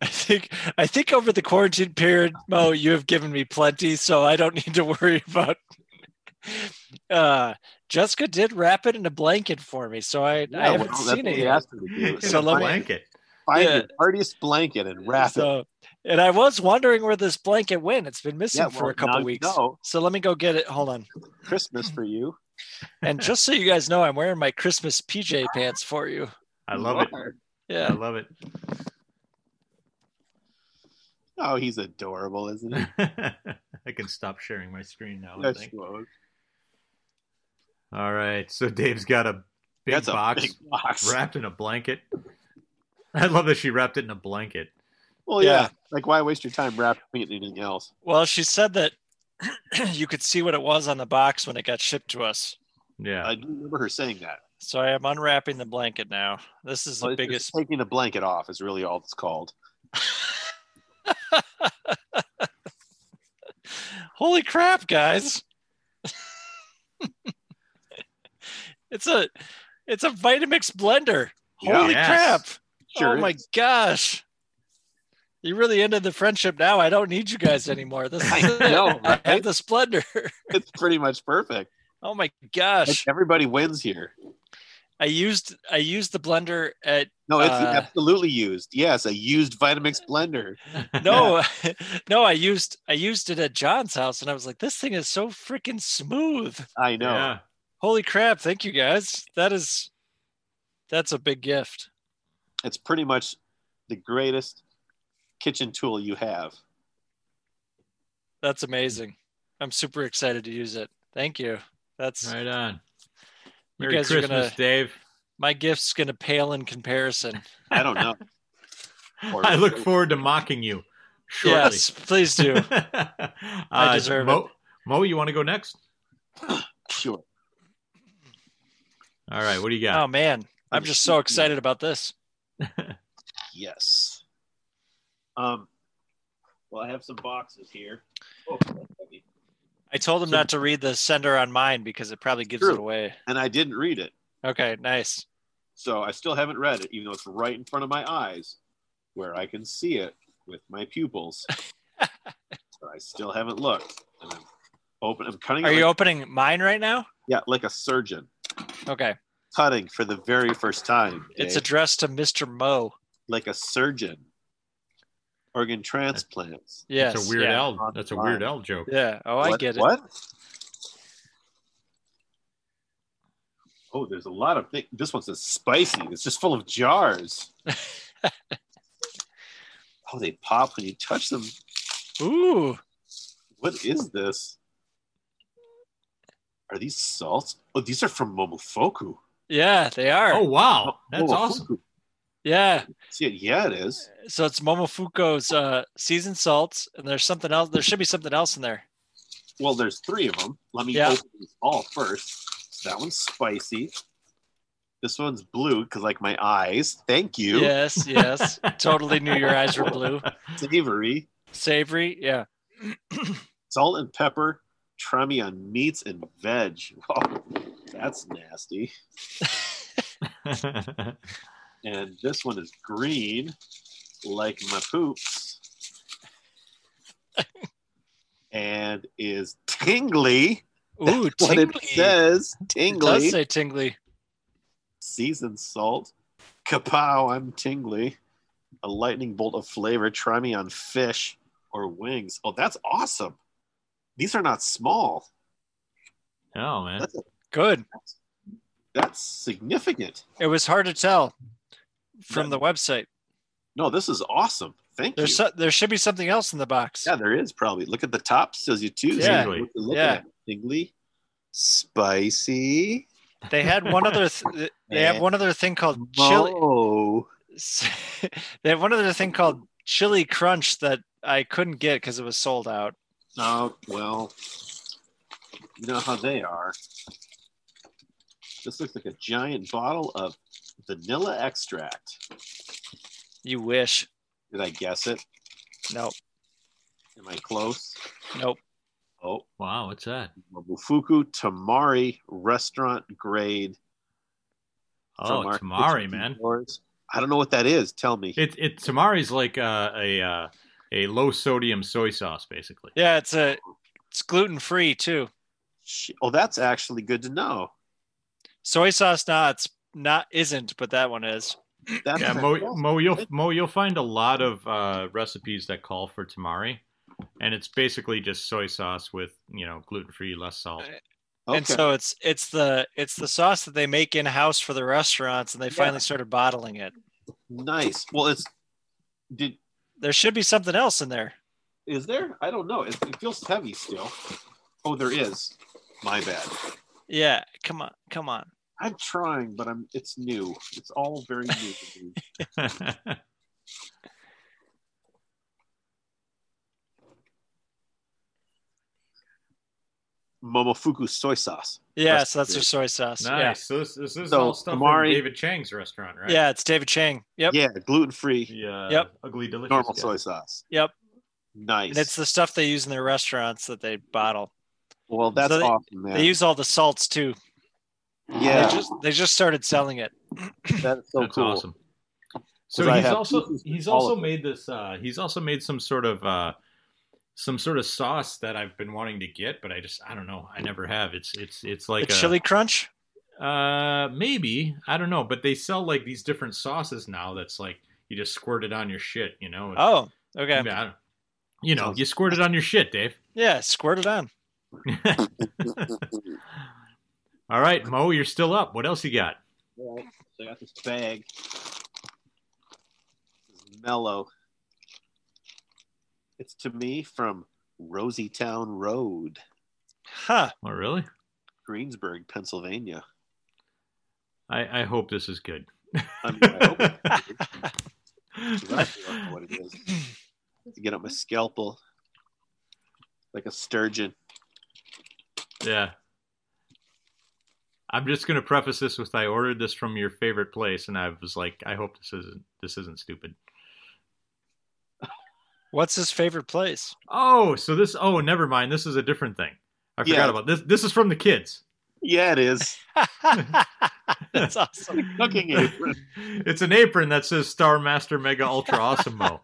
I think I think over the quarantine period, Mo, you have given me plenty, so I don't need to worry about. Uh, Jessica did wrap it in a blanket for me, so I, I haven't well, seen that's what it we yet. asked her to do. In So a let me- blanket. Find yeah. your dirtiest blanket and wrap it. So, and I was wondering where this blanket went. It's been missing Yeah, for well, a couple now you weeks. know. So let me go get it. Hold on. Christmas for you. And just so you guys know, I'm wearing my Christmas PJ pants for you. I love it. I Yeah. love it. Oh, he's adorable, isn't he? I can stop sharing my screen now. I That's, think. well, All right. So Dave's got a big that's box a big box. wrapped in a blanket. I love that she wrapped it in a blanket. Well, yeah. Yeah. Like, why waste your time wrapping it in anything else? Well, she said that you could see what it was on the box when it got shipped to us. Yeah. I do remember her saying that. So I am unwrapping the blanket now. This is the Well, it's just biggest. Oh taking the blanket off is really all it's called. Holy crap, guys! it's a it's a Vitamix blender. Yeah. Holy Yes. crap! Sure. oh my is. gosh! You really ended the friendship now. I don't need you guys anymore. This I is it. know, I right? have the splendor. It's pretty much perfect. Oh my Like, gosh! everybody wins here. I used I used the blender at No, it's Uh, absolutely used. Yes, a used Vitamix blender. Uh, no no I used I used it at John's house and I was like this thing is so freaking smooth. I know. Yeah. Holy crap! Thank you guys. That is that's a big gift. It's pretty much the greatest kitchen tool you have. That's amazing. I'm super excited to use it. Thank you. That's Right on. You Merry guys are Christmas, gonna- Dave. my gift's gonna pale in comparison. I don't know. Or- I look forward to mocking you shortly. Yes, please do. Uh, deserve Mo, Mo, you want to go next? sure. All right. What do you Oh got? man, I'm just so excited about this. Yes. Um, well, I have some boxes here. Oh, that's heavy. I told him not to read the sender on mine because it probably gives True. it away. and I didn't read it. Okay, nice. So I still haven't read it, even though it's right in front of my eyes where I can see it with my pupils. but I still haven't looked. And I'm open I'm cutting Are it you like, opening mine right now? yeah, like a surgeon. Okay. Cutting for the very first time. It's Dave. addressed to Mr. Mo. like a surgeon. Organ transplants. Yes. that's a weird yeah. L. That's a weird L joke. Yeah. Oh, I What- get it. What? Oh, there's a lot of things. This one's spicy. It's just full of jars. oh, they pop when you touch them. Ooh. What is this? Are these salts? Oh, these are from Momofoku. Yeah, they are. Oh wow, that's Momofoku. awesome. Yeah. See it? Yeah, it is. So it's Momofuku's uh, seasoned salts, and there's something else. There should be something else in there. Well, there's three of them. Let me Yeah. open these all first. So that one's spicy. This oone's blue because, like, my eyes. Thank you. Yes, yes. totally knew your eyes were blue. Savory, Savory, yeah. salt and pepper, trami on meats and veg. Wow, that's nasty. And this one is green, like my poops, and is tingly. Ooh, What tingly. it says, It does tingly. say tingly. seasoned salt, kapow, I'm tingly, a lightning bolt of flavor, try me on fish or wings. Oh, that's awesome. These are not small. oh man, That's, Good. that's significant. It was hard to tell from the website. No, this is awesome. Thank There's you. so, there should be something else in the box. yeah, there is probably. Look at the top, says you too. Yeah. Look at- look Yeah. at it. Tingly, spicy, They had one other. Th- they have one other thing called chili. oh, they have one other thing called chili crunch that I couldn't get because it was sold out. Oh, well, you know how they are. This looks like a giant bottle of vanilla extract. You wish. Did I guess it? Nope. Am I close? Nope. Oh, wow, what's that? Momofuku Tamari restaurant grade. Oh, from our tamari, 16 man. doors. I don't know what that is. Tell me. It it tamari's like uh, a uh, a low sodium soy sauce, basically. Yeah, it's a. It's gluten free too. Sh- oh, that's actually good to know. Soy sauce not it's not isn't, but that one is. That's Yeah, Mo, fantastic. Mo, you'll Mo, you'll find a lot of uh, recipes that call for tamari, and it's basically just soy sauce with you know gluten free, less salt. okay. And so it's it's the it's the sauce that they make in house for the restaurants, and they finally started bottling it. nice. Well, it's did There should be something else in there. is there? I don't know. It, it feels heavy still. Oh, there is. My bad. Yeah, come on, come on. I'm trying, but I'm. It's new. It's all very new to me. Momofuku soy sauce. Yeah, That's so that's good. their soy sauce. Yeah. nice. So this, this is So, all stuff tamari- from David Chang's restaurant, right? Yeah, it's David Chang. Yep. Yeah, gluten free, The, uh, Yep. Ugly delicious. normal guy. soy sauce. Yep. Nice. And it's the stuff they use in their restaurants that they bottle. well, that's so they- awesome, man. They use all the salts too. yeah, They just they just started selling it. that's so That's cool. awesome. So 'Cause I he's have also pieces of he's all also of it. made this. Uh, he's also made some sort of uh, some sort of sauce that I've been wanting to get, but I just I don't know. I never have. It's it's it's like the a- chili crunch? Uh, maybe I don't know, but they sell like these different sauces now. That's like you just squirt it on your shit, you know. Oh, I okay. mean, I don't- you know, you squirt it on your shit, Dave. Yeah, squirt it on. All right, Mo, you're still up. What else you got? All right, so I got this bag. This is mellow. It's to me from Rosy Town Road, Huh. Oh, really? Greensburg, Pennsylvania. I I hope this is good. I mean, I hope Because I actually don't know what it is. I get out my scalpel like a sturgeon. yeah. I'm just gonna preface this with I ordered this from your favorite place, and I was like, I hope this isn't this isn't stupid. What's his favorite place? Oh, so this. Oh, never mind. This is a different thing. I forgot Yeah. about this. This is from the kids. Yeah, it is. That's awesome. Cooking apron. it's an apron that says Star Master Mega Ultra Awesome Mo.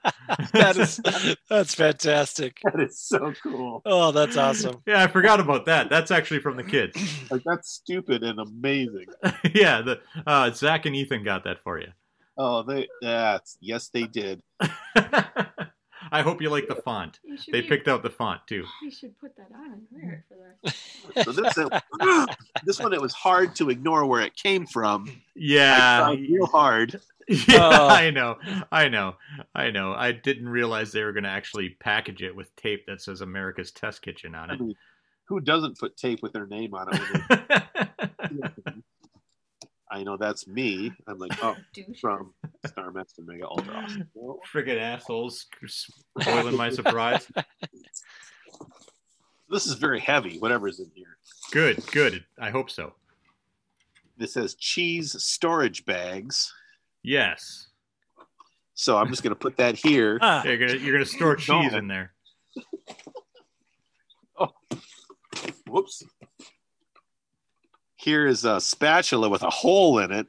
That is that's fantastic. That is so cool. Oh, that's awesome. Yeah, I forgot about that. That's actually from the kids. Like that's stupid and amazing. yeah, the uh, Zach and Ethan got that for you. Oh, they that's yes they did. I hope you like the font. You should They be- picked out the font too. You should put that on and wear it for the rest. So this this one it was hard to ignore where it came Um, from. Yeah, I tried real hard. yeah, Oh. I know, I know, I know. I didn't realize they were going to actually package it with tape that says America's Test Kitchen on I it. mean, who doesn't put tape with their name on it? when they- I know that's me. I'm like, oh, Douche. from Star Master Mega Ultra Awesome. Well, Friggin' assholes spoiling my surprise. This is very heavy, whatever's in here. Good, good. I hope so. This says cheese storage bags. Yes. So I'm just going to put that here. Ah, You're gonna you're gonna store cheese in there. Whoops. Here is a spatula with a hole in it.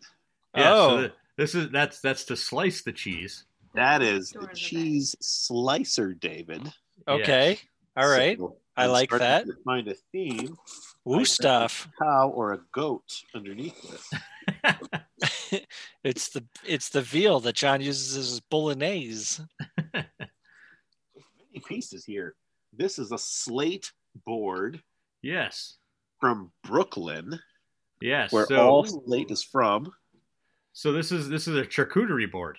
Yeah, so Oh. th- this is that's that's to slice the cheese. That is Store the in the bag. cheese slicer, David. okay. All right. So I I'm like starting that. to Find a theme, Woo stuff. cow or a goat underneath this. It's the it's the veal that John uses as bolognese. Many pieces here. This is a slate board Yes. from Brooklyn, Yes. where so all slate is from. so this is this is a charcuterie board.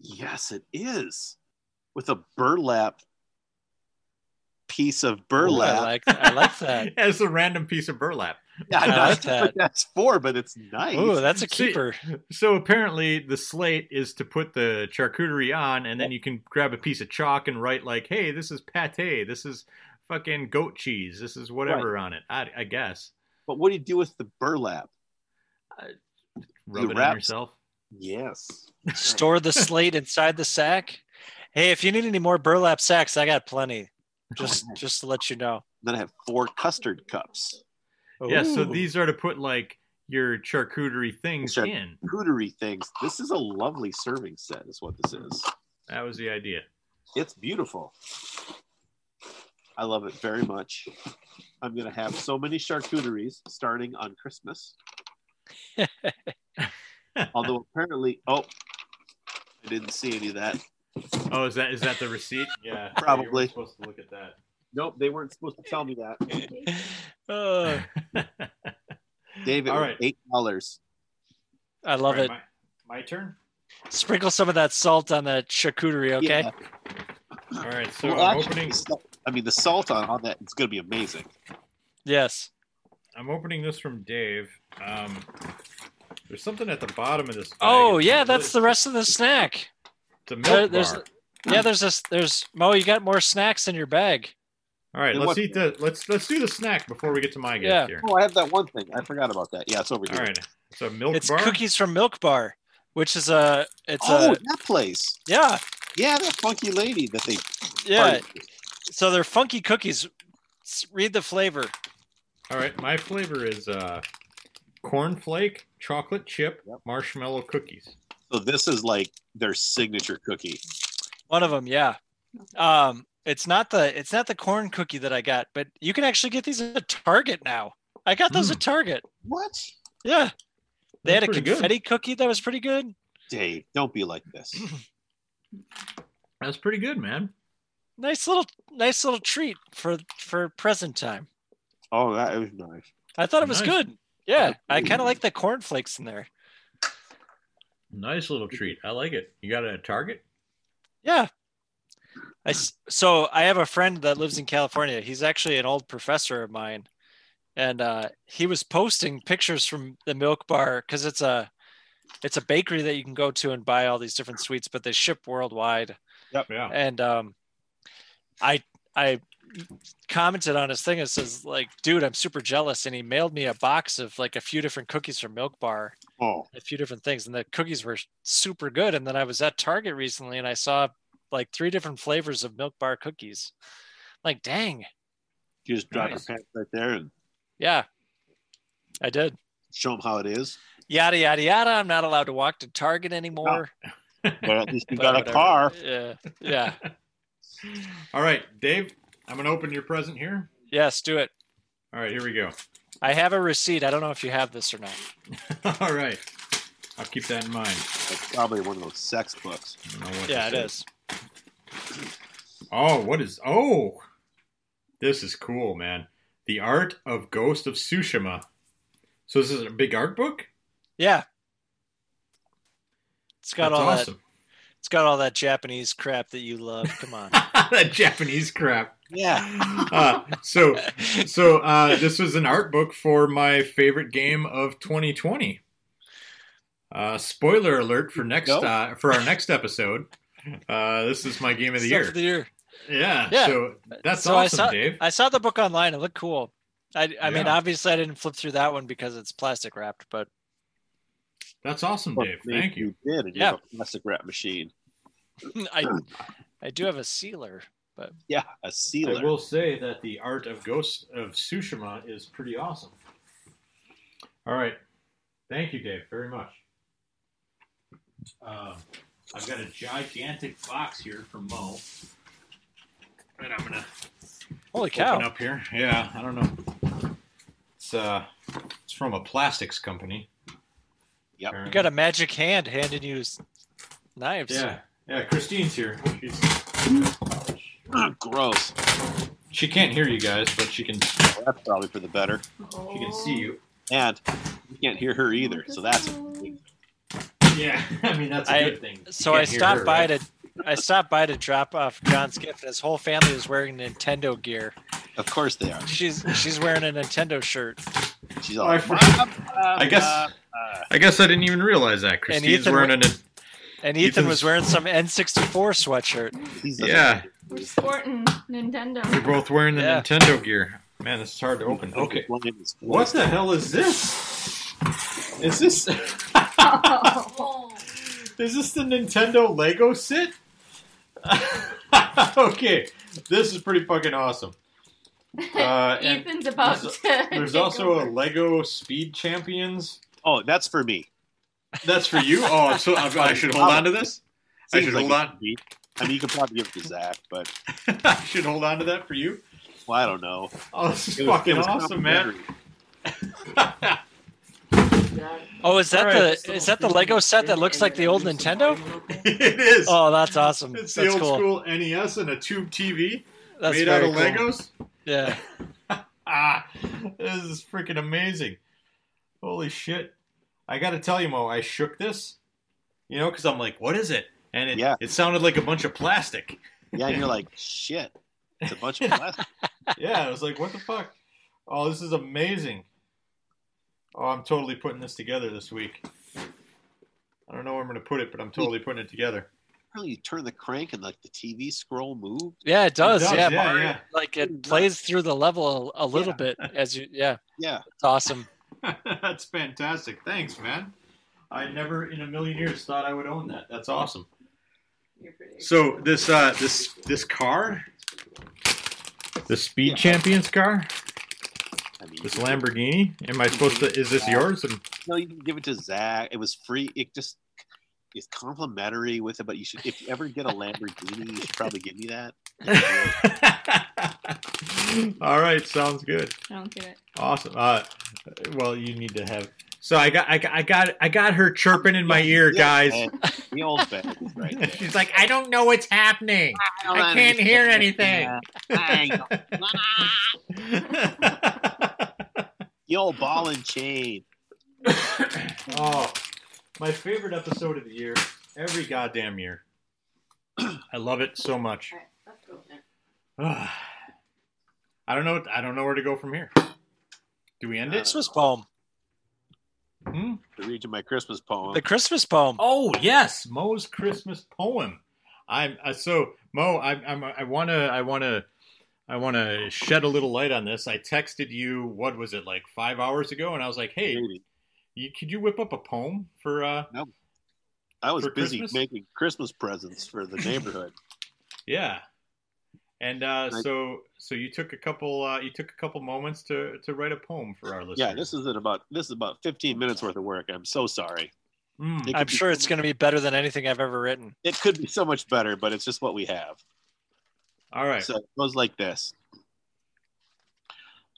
Yes, it is. With a burlap piece of burlap. I like I like that. As a random piece of burlap. Yeah, I I'm not like sure what that's for, but it's nice. Ooh, that's a See- keeper. So apparently the slate is to put the charcuterie on and then you can grab a piece of chalk and write like, "Hey, this is pate. This is fucking goat cheese. This is whatever on it." I, I guess. but what do you do with the burlap? Rub it on wrap- yourself. Yes. Store the slate inside the sack. Hey, if you need any more burlap sacks, I got plenty. Just just to let you know. Then I have four custard cups, Yeah, so Ooh. these are to put like your charcuterie things Sure. in. cootery things. This is a lovely serving set, is what this is. That was the idea. It's beautiful. I love it very much. I'm going to have so many charcuteries starting on Christmas. Although apparently, oh, I didn't see any of that. Oh, is that is that the receipt? Yeah, Probably. you weren't supposed to look at that. Nope, they weren't supposed to tell me that. Uh, David, All right. eight dollars. I All love right, it. My, my turn. Sprinkle some of that salt on that charcuterie, okay? All right, so Well, I'm actually, opening. I mean, the salt on, on that is going to be amazing. Yes. I'm opening this from Dave. Um, there's something at the bottom of this. bag. Oh It's yeah, really- that's the rest of the snack. It's a milk There- there's bar. yeah, there's this there's Mo, you got more snacks in your bag. All right, Then let's what- eat the. Let's let's do the snack before we get to my gift Yeah. here. Oh, I have that one thing. I forgot about that. Yeah, it's over All here. right, it's a milk It's bar. cookies from Milk Bar, which is a it's oh, a that place. yeah, Yeah, that funky lady that they. yeah. partied with. So they're funky cookies. S- Read the flavor. All right, my flavor is uh, cornflake, chocolate chip, Yep. marshmallow cookies. So this is like their signature cookie. One of them, yeah. Um, it's not the it's not the corn cookie that I got, but you can actually get these at Target now. I got those at Target. What? Yeah, they Mm. That's had a pretty good. confetti cookie that was pretty good. Dave, don't be like this. That's pretty good, man. Nice little nice little treat for for present time. Oh, that was nice. I thought it was Nice. good. Yeah, I kind of like the cornflakes in there. Nice little treat. I like it. You got it at Target? Yeah. I, s- so I have a friend that lives in California. He's actually an old professor of mine. And uh, he was posting pictures from the milk bar because it's a it's a bakery that you can go to and buy all these different sweets, but they ship worldwide. Yep. Yeah. And um, I I commented on his thing. It says like, dude, I'm super jealous. And he mailed me a box of like a few different cookies from Milk Bar Oh, a few different things and the cookies were super good and then i was at target recently and i saw like three different flavors of milk bar cookies like dang you just drop Nice. your pants right there and yeah i did show them how it is. yada yada yada i'm not allowed to walk to target anymore Well, at least you but got a whatever. car. yeah yeah All right, Dave, I'm going to open your present here. yes do it All right, here we go. i have a receipt i don't know if you have this or not All right. I'll keep that in mind. It's probably one of those sex books. I don't know what yeah it this is Oh, what is. Oh, this is cool, man. The Art of Ghost of Tsushima. So, this is a big art book? yeah it's got That's all that awesome. it's got all that japanese crap that you love come on That. Japanese crap. Yeah. Uh, so, so uh, this was an art book for my favorite game of 2020. Uh, spoiler alert for next No. uh, for our next episode. Uh, this is my game of the Stuff year. of the year. Yeah, Yeah. So that's So I awesome, saw- Dave. I saw the book online. It looked cool. I, I mean, Yeah. obviously, I didn't flip through that one because it's plastic wrapped, but That's awesome, Dave. Well, Thank you. did, and you Yeah. have a plastic wrap machine. I Hmm. I do have a sealer. Yeah, a sealer. I will say that the art of Ghost of Tsushima is pretty awesome. All right. Thank you, Dave, very much. Um, I've got a gigantic box here from Mo. And I'm going to Holy cow! open up here. Yeah, I don't know. It's, uh, it's from a plastics company. Yep. You got a magic hand handing you s- knives. Yeah. Yeah, Christine's here. She's, Ugh, gross. she can't hear you guys, but she can she Well, that's probably for the better. can see you. And you can't hear her either, so that's Yeah, I mean that's a Oh. I- good thing. You So I can't hear stopped her, by right? to I stopped by to drop off John's gift. His whole family is wearing Nintendo gear. of course they are. She's she's wearing a Nintendo shirt, She's all. I forgot. I guess- Uh, I guess I didn't even realize that. Christine's Ethan wearing went- a and Ethan Ethan's- was wearing some N64 sweatshirt. he's a- yeah. We're sporting We're Nintendo. both wearing the Yeah. Nintendo gear. Man, this is hard to open. Okay. What the hell is this? Is this Oh. is this the Nintendo Lego set? okay, this is pretty fucking awesome. Uh, and Ethan's about there's to. There's take also a over. Lego Speed Champions. Oh, that's for me. That's for you. Oh, so I, I should hold on to this. I Seems should like hold it on. should be. I mean, you could probably give it to Zach, but I should hold on to that for you. well, I don't know. Oh, this is It was- fucking it was awesome, man. complimentary. Oh, is that All right. the is that the Lego set that looks like the old Nintendo? it is. Oh, that's awesome. it's the that's old cool. school NES and a tube TV That's made out very of cool. Legos. Yeah. Ah, this is freaking amazing. Holy shit. I got to tell you, Mo, I shook this, you know, because I'm like, what is it? And it, Yeah. it sounded like a bunch of plastic. Yeah, and you're like, shit. It's a bunch of plastic. yeah, I was like, what the fuck? Oh, this is amazing. Oh, I'm totally putting this together this week. I don't know where I'm going to put it, but I'm totally putting it together. Really, you turn the crank and like the TV scroll moved. Yeah, it does. does, yeah, yeah, Mario, yeah. like it plays through the level a, a little bit as you. Yeah, Yeah, it's awesome. That's fantastic. Thanks, man. I never in a million years thought I would own that. That's awesome. You're pretty So this uh this this car, the Speed Champions car, I mean, this Lamborghini. Am I supposed to? Is this yours? And no, you can give it to Zach. It was free. It just is complimentary with it, but you should, if you ever get a Lamborghini, you should probably give me that. all right, sounds good. I don't get it. Awesome. Uh, well, you need to have. So I got I got I got, I got her chirping in my ear, guys. And the old bag is right there. She's like, I don't know what's happening. I can't hear anything. The old ball and chain. oh, my favorite episode of the year, every goddamn year. I love it so much. All right, let's go then. I don't know. I don't know where to go from here. Do we end it? Christmas poem. Uh, Hmm? The region of my Christmas poem. The Christmas poem. Oh yes, Mo's Christmas poem. I'm uh, so Mo. I, I'm. I wanna. I wanna. I want to shed a little light on this. I texted you. What was it like five hours ago? And I was like, "Hey, you, could you whip up a poem for uh, I was for busy Christmas? making Christmas presents for the neighborhood. Yeah. And uh, Like- so so you took a couple uh, you took a couple moments to to write a poem for our listeners. yeah, this isn't about this is about 15 minutes worth of work. I'm so sorry. Mm. It I'm could be- sure it's going to be better than anything I've ever written. It could be so much better, but it's just what we have. All right. So it goes like this.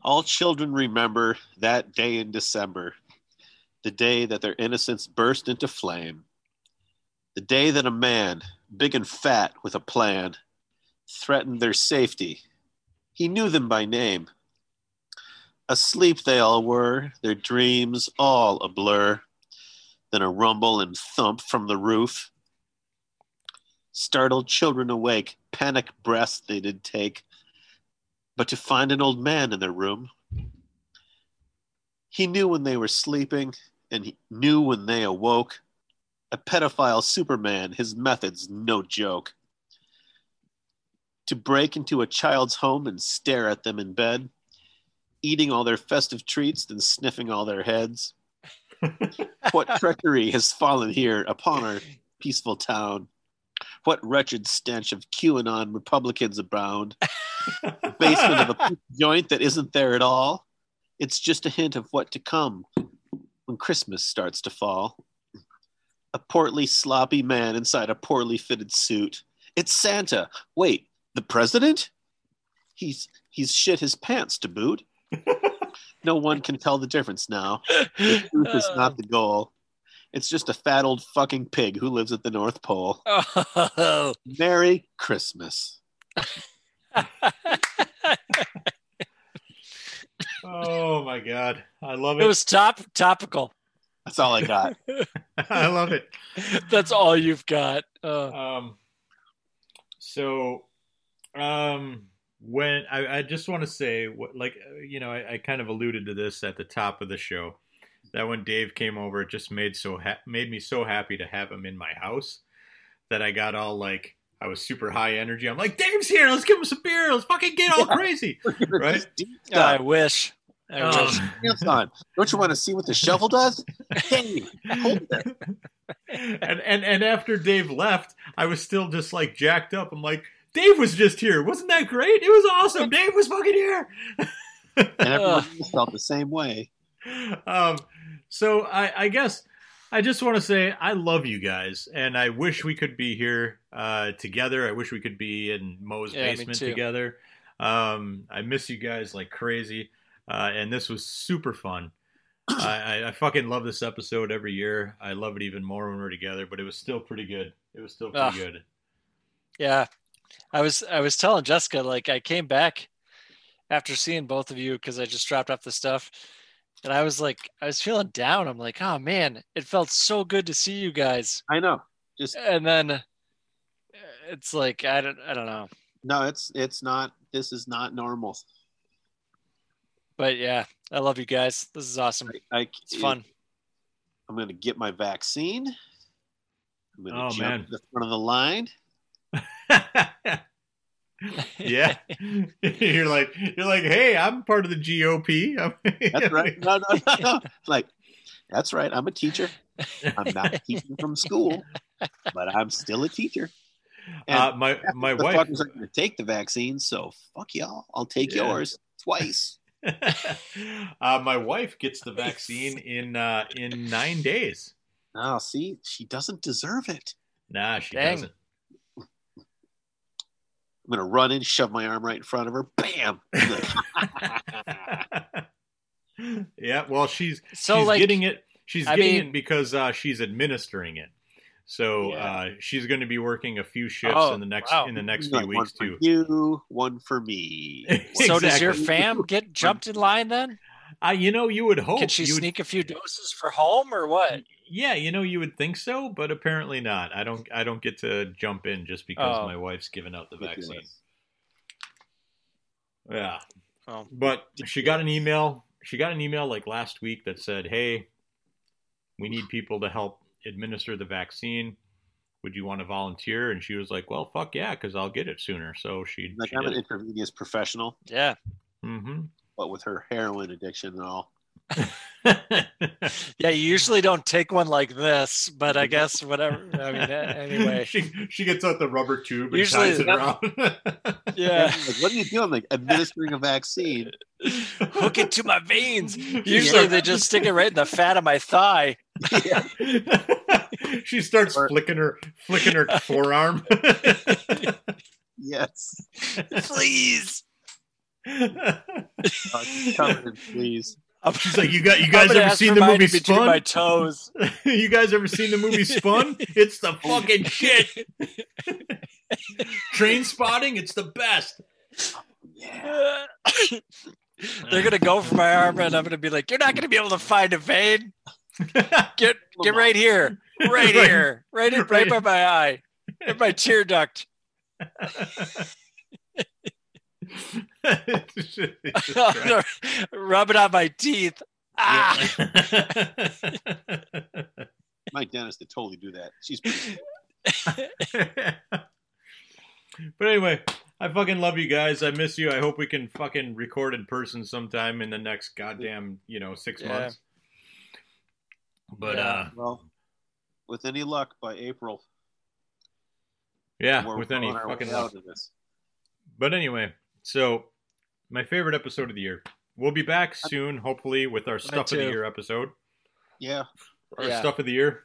All children remember that day in December, the day that their innocence burst into flame, the day that a man, big and fat with a plan, threatened their safety. He knew them by name. Asleep they all were, their dreams all a blur. Then a rumble and thump from the roof. Startled children awake, panic breaths they did take, but to find an old man in their room. He knew when they were sleeping, and he knew when they awoke a pedophile Superman, his methods no joke. To break into a child's home and stare at them in bed, eating all their festive treats, then sniffing all their heads. what treachery has fallen here upon our peaceful town? What wretched stench of QAnon Republicans abound? basement of a joint that isn't there at all. It's just a hint of what to come when Christmas starts to fall. A portly, sloppy man inside a poorly fitted suit. It's Santa. Wait, the president? He's he's shit his pants to boot. no one can tell the difference now. Truth is not the goal. It's just a fat old fucking pig who lives at the North Pole. Oh. Merry Christmas. oh my god, I love it it. was top topical. That's all I got. I love it. That's all you've got. Uh, Um, so, um, when I, I just want to say, what, like, uh, you know, I, I kind of alluded to this at the top of the show that when Dave came over, it just made so ha- made me so happy to have him in my house that I got all like. I was super high energy. I'm like, Dave's here. Let's give him some beer. Let's fucking get all crazy. Right? Deep I dive. wish. I wish. Um, pants on. Don't you want to see what the shovel does? Hey, hold it. and, and and after Dave left, I was still just like jacked up. I'm like, Dave was just here. Wasn't that great? It was awesome. Dave was fucking here. And everyone else felt the same way. um, so I, I guess I just want to say I love you guys, and I wish we could be here uh, together. I wish we could be in Moe's Yeah, me basement too. together. Um, I miss you guys like crazy, uh, and this was super fun. I, I, I fucking love this episode every year. I love it even more when we're together, but it was still pretty good. It was still pretty Ugh. good. Yeah. I was I was telling Jessica like I came back after seeing both of you because I just dropped off the stuff and I was like I was feeling down. I'm like, oh man, it felt so good to see you guys. I know. And then uh, it's like I don't I don't know. No, it's it's not. This is not normal. But yeah, I love you guys. This is awesome. I, I- It's fun. I'm going to get my vaccine. I'm going to Oh, jump man. to the front of the line. yeah, you're like you're like, hey, I'm part of the GOP. I'm, That's right. No, no, no, no. Like, that's right. I'm a teacher. I'm not teaching from school, but I'm still a teacher. And Uh, my my the wife fuckers aren't going to take the vaccine, so fuck y'all. I'll take Yeah. yours twice. uh, my wife gets the vaccine in uh, in nine days. Oh, see, she doesn't deserve it. Nah, she Dang. doesn't. I'm gonna run in, shove my arm right in front of her, bam. yeah, well, she's So she's like getting it. She's I getting mean- it because uh, she's administering it. So Yeah. uh, she's going to be working a few shifts Oh, in the next wow. in the next Like, few one weeks for too. You, one for me. so does your Exactly. fam get jumped in line then? Uh, you know, you would hope Can she you would- sneak a few doses for home or what? Yeah, you know, you would think so, but apparently not. I don't. I don't get to jump in just because Oh. my wife's given out the vaccine. Ridiculous. Yeah. Oh. But she got an email. She got an email like last week that said, "Hey, we need people to help administer the vaccine. Would you want to volunteer?" And she was like, "Well, fuck yeah, because I'll get it sooner." So she. Like I'm an intravenous professional, Yeah. hmm but with her heroin addiction and all. Yeah, you usually don't take one like this, but I guess whatever. I mean, a- anyway. she she gets out the rubber tube and Usually- ties it around. Yeah. Like, what are you doing? Like administering a vaccine. Hook it to my veins. Usually Yeah. they just stick it right in the fat of my thigh. she starts Or- flicking her flicking her forearm. Yes. Please. Uh, covered in fleas. I'm- She's like, "You got you I'm guys gonna ever ask seen for the mine movie to be between Spun? My toes. you guys ever seen the movie Spun? It's the fucking shit. Train spotting, it's the best. Yeah. They're gonna go for my arm, and I'm gonna be like, "You're not gonna be able to find a vein. Get get right here, right here, right here, right by my eye, in my tear duct." Jesus Christ. Rub it on my teeth. Ah! Mike Dennis to totally do that. She's pretty cool. but anyway, I fucking love you guys. I miss you. I hope we can fucking record in person sometime in the next goddamn, you know, six Yeah. months. But Yeah. uh well. With any luck, by April, yeah, we're with any on our fucking way luck. out of this. But anyway, so my favorite episode of the year. We'll be back soon, hopefully, with our stuff of the too. year episode. Yeah, our Yeah. stuff of the year.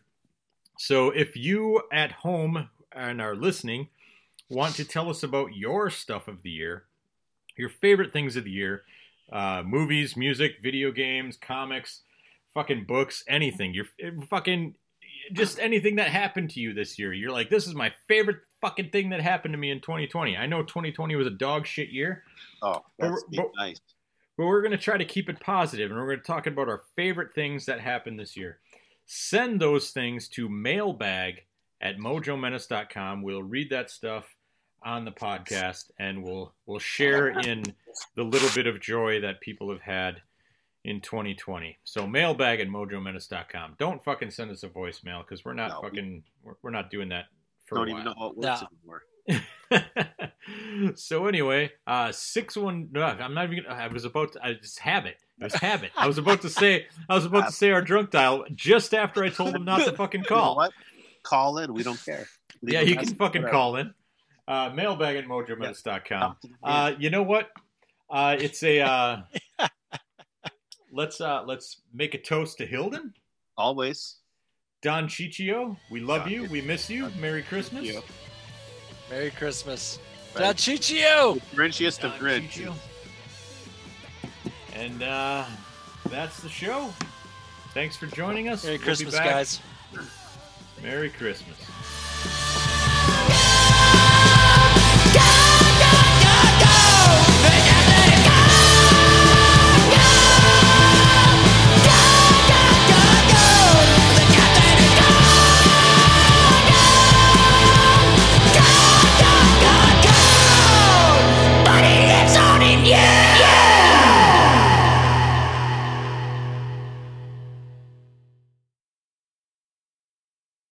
So if you at home and are listening want to tell us about your stuff of the year, your favorite things of the year, uh, movies, music, video games, comics, fucking books, anything. Your fucking just anything that happened to you this year. You're like, this is my favorite fucking thing that happened to me in 2020. I know 2020 was a dog shit year, oh, But that's we're- but- nice. but we're going to try to keep it positive and we're going to talk about our favorite things that happened this year. Send those things to mailbag at mojomenace.com. We'll read that stuff on the podcast and we'll we'll share in the little bit of joy that people have had in 2020. So mailbag at mojomenace.com. Don't fucking send us a voicemail because we're not No, we- fucking we're, we're not doing that for Don't a even while know how it works No. anymore. so anyway, uh, six one. No, I'm not even. Gonna, I was about. To, I just habit. It was habit. I was about to say. I was about to say our drunk dial just after I told him not to fucking You know call. what? Call in. We don't care. Leave yeah, a you message, can fucking whatever. call in. Uh, mailbag at mojominutes.com. Talk to the Uh, you know what? Uh, it's a. Uh, let's uh, let's make a toast to Hilden. Always. Don Chichio, we love Don you. We miss you. Merry Christmas. you. Merry Christmas. Right. Don Chichio! Grinchiest of Don Grinch. Chichio. Uh, And uh, that's the show. Thanks for joining us. Merry We'll be Christmas, back. guys. Merry Christmas.